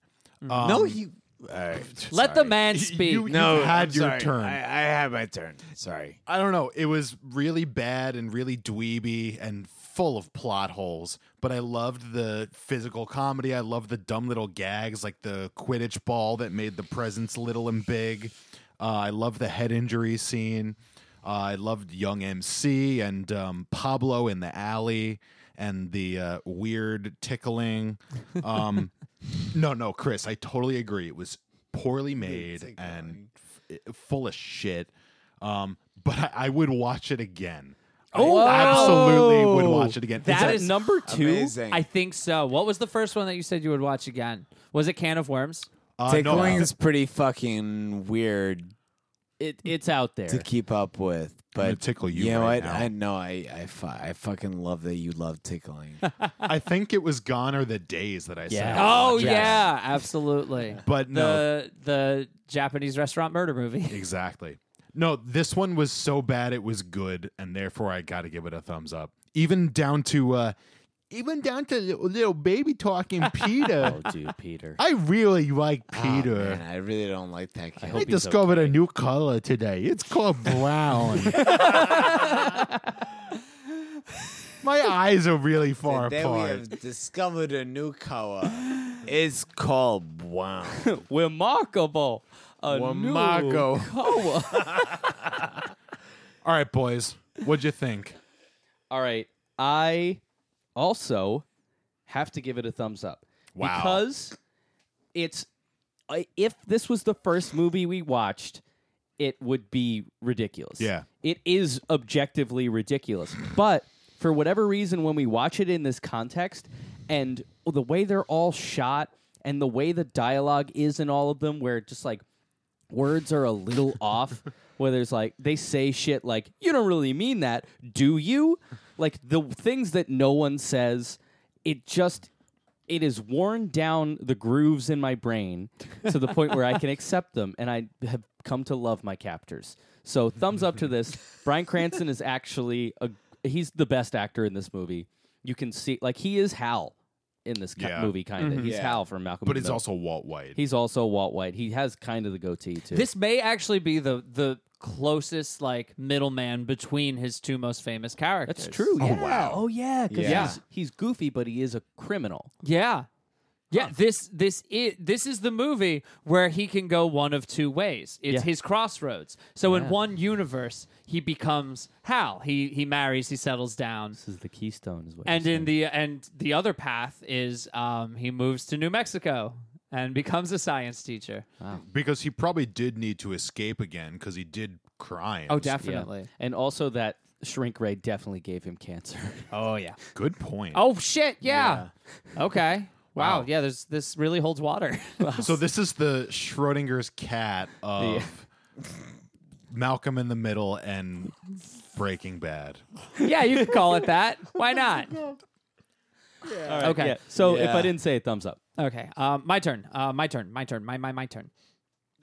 [SPEAKER 1] Um,
[SPEAKER 3] no, he.
[SPEAKER 4] Oh, Let the man
[SPEAKER 1] you-
[SPEAKER 4] speak.
[SPEAKER 1] you-
[SPEAKER 3] No,
[SPEAKER 1] You've had
[SPEAKER 3] Oh, I'm
[SPEAKER 1] your
[SPEAKER 3] sorry.
[SPEAKER 1] turn.
[SPEAKER 3] I, I had my turn. Sorry.
[SPEAKER 1] I don't know. It was really bad and really dweeby and full of plot holes. But I loved the physical comedy. I loved the dumb little gags, like the Quidditch ball that made the presents little and big. Uh, I loved the head injury scene. Uh, I loved Young MC and um, Pablo in the alley and the uh, weird tickling. Um, no, no, Chris, I totally agree. It was poorly made and f- full of shit. Um, but I, I would watch it again. Oh, I absolutely would watch it again.
[SPEAKER 4] That
[SPEAKER 2] That
[SPEAKER 4] is
[SPEAKER 2] is number two.
[SPEAKER 3] Amazing.
[SPEAKER 4] I think so. What was the first one that you said you would watch again? Was it Can of Worms?
[SPEAKER 1] uh, no,
[SPEAKER 3] Tickling is pretty fucking weird
[SPEAKER 2] It, it's out there.
[SPEAKER 3] to keep up with, but
[SPEAKER 1] gonna tickle you
[SPEAKER 3] You know
[SPEAKER 1] right
[SPEAKER 3] what?
[SPEAKER 1] now.
[SPEAKER 3] I know. I I, fu- I fucking love that you love tickling.
[SPEAKER 1] I think it was Gone are the Days that I said.
[SPEAKER 4] Oh
[SPEAKER 3] Yes.
[SPEAKER 4] yeah, absolutely.
[SPEAKER 1] But no,
[SPEAKER 4] the the Japanese restaurant murder movie.
[SPEAKER 1] exactly. No, this one was so bad it was good, and therefore I got to give it a thumbs up. Even down to, uh even down to li- little baby talking Peter.
[SPEAKER 2] Oh, dude, Peter.
[SPEAKER 1] I really like
[SPEAKER 3] Oh,
[SPEAKER 1] Peter.
[SPEAKER 3] man, I really don't like that kid.
[SPEAKER 2] hope
[SPEAKER 1] I
[SPEAKER 2] he's
[SPEAKER 1] discovered a new color today. It's called brown. My eyes are really far
[SPEAKER 3] Today we
[SPEAKER 1] apart.
[SPEAKER 3] have discovered a new color. It's called wow.
[SPEAKER 1] Um,
[SPEAKER 2] Remarkable. A
[SPEAKER 3] Remarkable.
[SPEAKER 2] New color.
[SPEAKER 1] All right, boys. What'd you think?
[SPEAKER 2] All right. I also have to give it a thumbs up.
[SPEAKER 1] Wow.
[SPEAKER 2] Because it's I- if this was the first movie we watched, it would be ridiculous.
[SPEAKER 1] Yeah.
[SPEAKER 2] It is objectively ridiculous. But for whatever reason when we watch it in this context and the way they're all shot and the way the dialogue is in all of them where it just like words are a little off where there's like they say shit like you don't really mean that do you like the things that no one says it just it has worn down the grooves in my brain to the point where i can accept them and i have come to love my captors so thumbs up to this brian cranston is actually a he's the best actor in this movie you can see like he is hal in this ki-
[SPEAKER 1] Yeah.
[SPEAKER 2] movie kind of he's
[SPEAKER 3] Yeah.
[SPEAKER 2] hal from malcolm
[SPEAKER 1] But
[SPEAKER 2] in
[SPEAKER 1] it's
[SPEAKER 2] the
[SPEAKER 1] also
[SPEAKER 2] Middle.
[SPEAKER 1] Walt White.
[SPEAKER 2] he's also walt white he has kind of the goatee too
[SPEAKER 4] This may actually be the the closest like middleman between his two most famous characters.
[SPEAKER 2] That's true.
[SPEAKER 1] Oh,
[SPEAKER 2] Yeah.
[SPEAKER 1] wow.
[SPEAKER 2] Oh yeah. Because
[SPEAKER 3] Yeah.
[SPEAKER 2] he's, he's goofy, but he is a criminal.
[SPEAKER 4] Yeah. Yeah, this this is this is the movie where he can go one of two ways. It's
[SPEAKER 2] Yeah.
[SPEAKER 4] his crossroads. So in
[SPEAKER 2] Yeah.
[SPEAKER 4] one universe, he becomes Hal. He he marries, he settles down.
[SPEAKER 2] This is the Keystone, is what.
[SPEAKER 4] And in the and the other path is um, he moves to New Mexico and becomes a science teacher.
[SPEAKER 2] Oh,
[SPEAKER 1] because he probably did need to escape again because he did crime.
[SPEAKER 4] Oh, definitely.
[SPEAKER 2] And also that shrink ray definitely gave him cancer.
[SPEAKER 4] Oh yeah.
[SPEAKER 1] Good point.
[SPEAKER 4] Oh shit, yeah. Okay. Wow. Yeah, there's this really holds water.
[SPEAKER 1] So this is the Schrodinger's cat of Malcolm in the Middle and Breaking Bad.
[SPEAKER 4] yeah, you could call it that. Why not? Okay.
[SPEAKER 2] Yeah. So if I
[SPEAKER 3] Yeah.
[SPEAKER 2] didn't say it, thumbs up.
[SPEAKER 4] Okay. Um, my turn. Uh, my turn. My turn. My my my turn.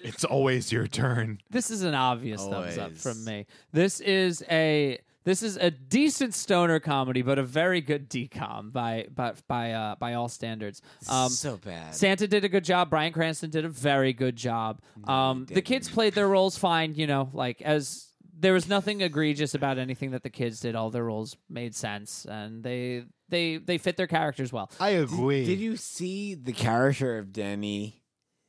[SPEAKER 1] It's always your turn.
[SPEAKER 4] This is an obvious thumbs up
[SPEAKER 3] Always.
[SPEAKER 4] from me. This is a this is a decent stoner comedy, but a very good decom by by by uh, by all standards. Um,
[SPEAKER 3] so bad.
[SPEAKER 4] Santa did a good job. Brian Cranston did a very good job. Um, the
[SPEAKER 3] didn't.
[SPEAKER 4] kids played their roles fine. You know, like as there was nothing egregious about anything that the kids did. All their roles made sense, and they they they fit their characters well.
[SPEAKER 1] I agree.
[SPEAKER 3] Did you see the character of Denny?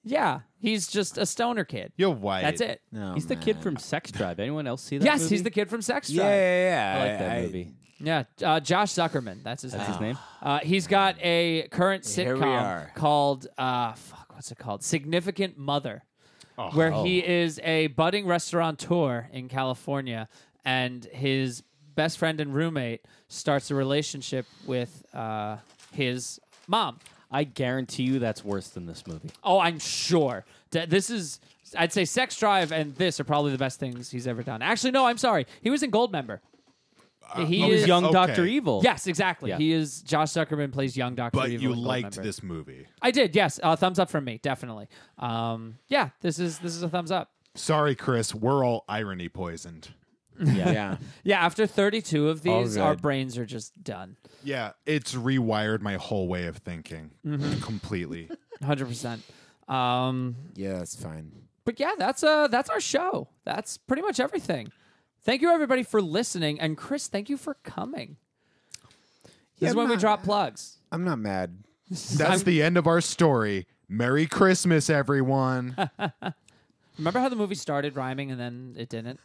[SPEAKER 4] Yeah, he's just a stoner kid.
[SPEAKER 1] You're white.
[SPEAKER 4] That's it.
[SPEAKER 3] No,
[SPEAKER 2] he's the kid
[SPEAKER 3] Oh, man.
[SPEAKER 2] from Sex Drive. Anyone else see that?
[SPEAKER 4] Yes,
[SPEAKER 2] movie?
[SPEAKER 4] he's the kid from Sex Drive.
[SPEAKER 3] Yeah, yeah, yeah.
[SPEAKER 2] I like that movie.
[SPEAKER 4] Yeah, uh, Josh Zuckerman. That's his
[SPEAKER 2] That's
[SPEAKER 4] name.
[SPEAKER 2] his name.
[SPEAKER 4] Uh, he's got a current
[SPEAKER 3] Here we
[SPEAKER 4] sitcom
[SPEAKER 3] are.
[SPEAKER 4] called uh, fuck, what's it called? Significant Mother, where he is a budding restaurateur in California, and his best friend and roommate starts a relationship with uh, his mom.
[SPEAKER 2] I guarantee you that's worse than this movie.
[SPEAKER 4] Oh, I'm sure. D- This is, I'd say, Sex Drive and this are probably the best things he's ever done. Actually, no, I'm sorry. He was in Goldmember. he
[SPEAKER 2] He was
[SPEAKER 4] is-
[SPEAKER 2] young
[SPEAKER 1] okay.
[SPEAKER 2] Doctor Evil.
[SPEAKER 4] Yes, exactly.
[SPEAKER 2] Yeah.
[SPEAKER 4] He is Josh Zuckerman plays young Doctor.
[SPEAKER 1] But
[SPEAKER 4] Evil
[SPEAKER 1] you
[SPEAKER 4] in
[SPEAKER 1] liked
[SPEAKER 4] Goldmember.
[SPEAKER 1] this movie.
[SPEAKER 4] I did. Yes, uh, thumbs up from me, definitely. Um, yeah, this is this is a thumbs up.
[SPEAKER 1] Sorry, Chris. We're all irony poisoned.
[SPEAKER 3] Yeah. yeah.
[SPEAKER 4] Yeah, after 32 of
[SPEAKER 3] All
[SPEAKER 4] these, our
[SPEAKER 3] good.
[SPEAKER 4] brains are just done.
[SPEAKER 1] Yeah, it's rewired my whole way of thinking
[SPEAKER 4] Mm-hmm.
[SPEAKER 1] completely.
[SPEAKER 4] 100. percent um,
[SPEAKER 3] Yeah, that's fine.
[SPEAKER 4] But yeah, that's uh that's our show. That's pretty much everything. Thank you everybody for listening, and Chris, thank you for coming. This
[SPEAKER 3] Yeah,
[SPEAKER 4] is when we
[SPEAKER 3] ma-
[SPEAKER 4] drop plugs.
[SPEAKER 3] I'm not mad.
[SPEAKER 1] That's the end of our story. Merry Christmas, everyone. ho,
[SPEAKER 4] Remember how the movie started rhyming and then it didn't?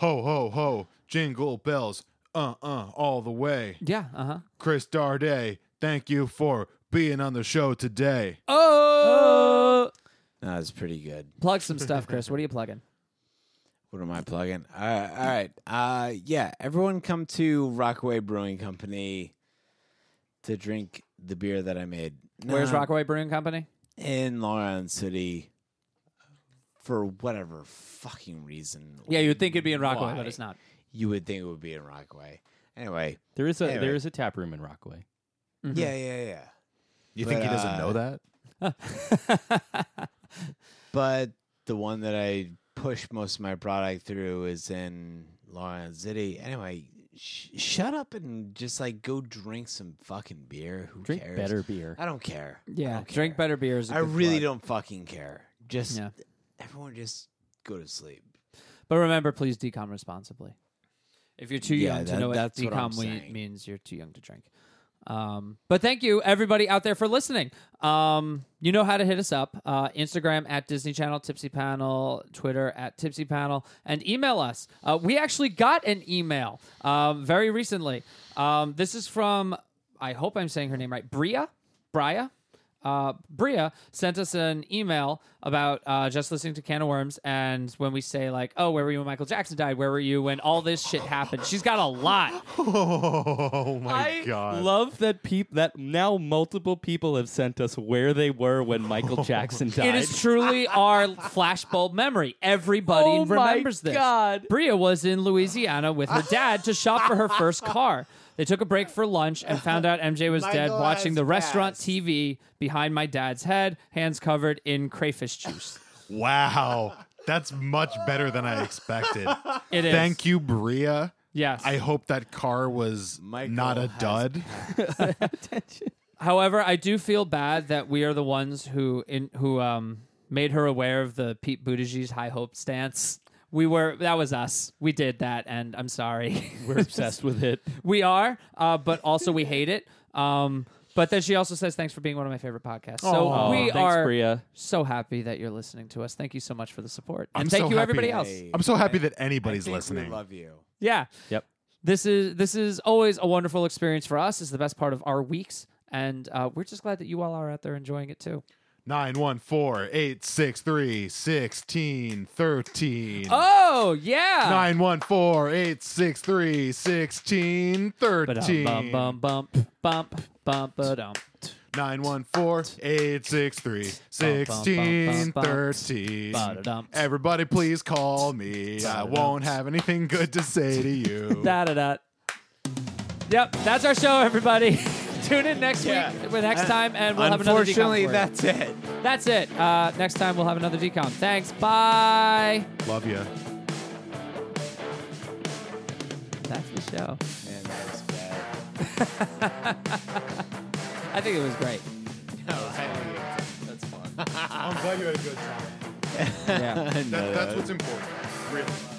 [SPEAKER 1] ho, ho. Jingle bells. Uh, uh, all the way.
[SPEAKER 4] yeah. Uh huh.
[SPEAKER 1] Chris Darday, thank you for being on the show today.
[SPEAKER 4] Oh.
[SPEAKER 3] No, it's pretty good.
[SPEAKER 4] Plug some stuff, Chris. What are you plugging?
[SPEAKER 3] What am I plugging? All right, all right. Uh, yeah, everyone come to Rockaway Brewing Company to drink the beer that I made.
[SPEAKER 4] Where's
[SPEAKER 3] Nah,
[SPEAKER 4] Rockaway Brewing Company?
[SPEAKER 3] In Long Island City, for whatever fucking reason.
[SPEAKER 4] Yeah, you would think it'd be in Rockaway,
[SPEAKER 3] Why?
[SPEAKER 4] but it's not.
[SPEAKER 3] You would think it would be in Rockaway. Anyway,
[SPEAKER 2] There is a
[SPEAKER 3] Anyway.
[SPEAKER 2] there is a tap room in Rockaway.
[SPEAKER 4] Mm-hmm.
[SPEAKER 3] yeah, yeah, yeah. uh,
[SPEAKER 1] You
[SPEAKER 3] think he doesn't know
[SPEAKER 1] that?
[SPEAKER 3] But the one that I push most of my product through is in Lawrence City. Anyway, sh- shut up and just like go drink some fucking beer. Who
[SPEAKER 2] Drink
[SPEAKER 3] cares?
[SPEAKER 2] better beer.
[SPEAKER 3] I don't care. I
[SPEAKER 4] Yeah,
[SPEAKER 3] don't
[SPEAKER 4] drink
[SPEAKER 3] care.
[SPEAKER 4] better beers.
[SPEAKER 3] I really don't fucking care. Just
[SPEAKER 4] Yeah.
[SPEAKER 3] everyone just go to sleep.
[SPEAKER 4] But remember, please decom responsibly. If you're too
[SPEAKER 3] Yeah,
[SPEAKER 4] young to
[SPEAKER 3] that-
[SPEAKER 4] know what
[SPEAKER 3] that's what I'm
[SPEAKER 4] decom we-
[SPEAKER 3] saying.
[SPEAKER 4] means, you're too young to drink. Um, but thank you, everybody out there, for listening. Um, you know how to hit us up uh, Instagram at Disney Channel, Tipsy Panel, Twitter at Tipsy Panel, and email us. Uh, we actually got an email um, very recently. Um, this is from, I hope I'm saying her name right, Bria? Bria? uh, Bria sent us an email about uh, just listening to Can of Worms, and when we say like, "Oh, where were you when Michael Jackson died? Where were you when all this shit happened?" She's got a lot.
[SPEAKER 1] Oh my
[SPEAKER 2] I
[SPEAKER 1] god.
[SPEAKER 2] love that peop- that now multiple people have sent us where they were when Michael Jackson died.
[SPEAKER 4] It is truly our flashbulb memory. Everybody
[SPEAKER 2] Oh my
[SPEAKER 4] remembers this.
[SPEAKER 2] God.
[SPEAKER 4] Bria was in Louisiana with her dad to shop for her first car. They took a break for lunch and found out MJ was dead
[SPEAKER 3] Michael
[SPEAKER 4] watching
[SPEAKER 3] has
[SPEAKER 4] the restaurant
[SPEAKER 3] passed.
[SPEAKER 4] TV behind my dad's head, hands covered in crayfish juice.
[SPEAKER 1] wow. That's much better than I expected.
[SPEAKER 4] It is.
[SPEAKER 1] Thank you, Bria.
[SPEAKER 4] Yes.
[SPEAKER 1] I hope that car was
[SPEAKER 3] Michael
[SPEAKER 1] not a
[SPEAKER 3] has
[SPEAKER 1] dud.
[SPEAKER 4] However, I do feel bad that we are the ones who in who um made her aware of the Pete Buttigieg's high hope stance. We were that was us. We did that, and I'm sorry.
[SPEAKER 2] We're obsessed with it.
[SPEAKER 4] we are, uh, but also we hate it. Um, but then she also says thanks for being one of my favorite podcasts. So
[SPEAKER 1] Aw.
[SPEAKER 4] we
[SPEAKER 2] Oh, Thanks,
[SPEAKER 4] are
[SPEAKER 2] Bria.
[SPEAKER 4] so happy that you're listening to us. Thank you so much for the support,
[SPEAKER 1] I'm
[SPEAKER 4] and thank
[SPEAKER 1] so
[SPEAKER 4] you
[SPEAKER 1] happy.
[SPEAKER 4] everybody else.
[SPEAKER 3] Hey,
[SPEAKER 1] I'm so happy that
[SPEAKER 3] I
[SPEAKER 1] anybody's
[SPEAKER 3] think we
[SPEAKER 1] listening.
[SPEAKER 3] love you.
[SPEAKER 4] Yeah.
[SPEAKER 2] Yep.
[SPEAKER 4] This is this is always a wonderful experience for us. It's the best part of our weeks, and uh, we're just glad that you all are out there enjoying it too.
[SPEAKER 1] Nine one four eight six three sixteen thirteen.
[SPEAKER 4] Oh yeah.
[SPEAKER 1] Nine one four eight six three sixteen thirteen.
[SPEAKER 4] Bum bum bump bump bump ba-dum.
[SPEAKER 1] Nine one four eight six three sixteen thirteen.
[SPEAKER 4] Ba-da-dum.
[SPEAKER 1] Everybody, please call me. I won't have anything good to say to you.
[SPEAKER 4] Da da da. Yep, that's our show, everybody. Tune in next
[SPEAKER 3] Yeah. Uh,
[SPEAKER 4] week, well, next time, and we'll have another decom.
[SPEAKER 3] Unfortunately,
[SPEAKER 4] for you.
[SPEAKER 3] that's it.
[SPEAKER 4] that's it. Uh, next time, we'll have another decom. Thanks. Bye.
[SPEAKER 1] Love you.
[SPEAKER 4] That's the show.
[SPEAKER 3] Man, that was bad.
[SPEAKER 4] I think it was great.
[SPEAKER 1] I'm glad you had a good time.
[SPEAKER 4] Yeah.
[SPEAKER 1] That, that's what's important. Really.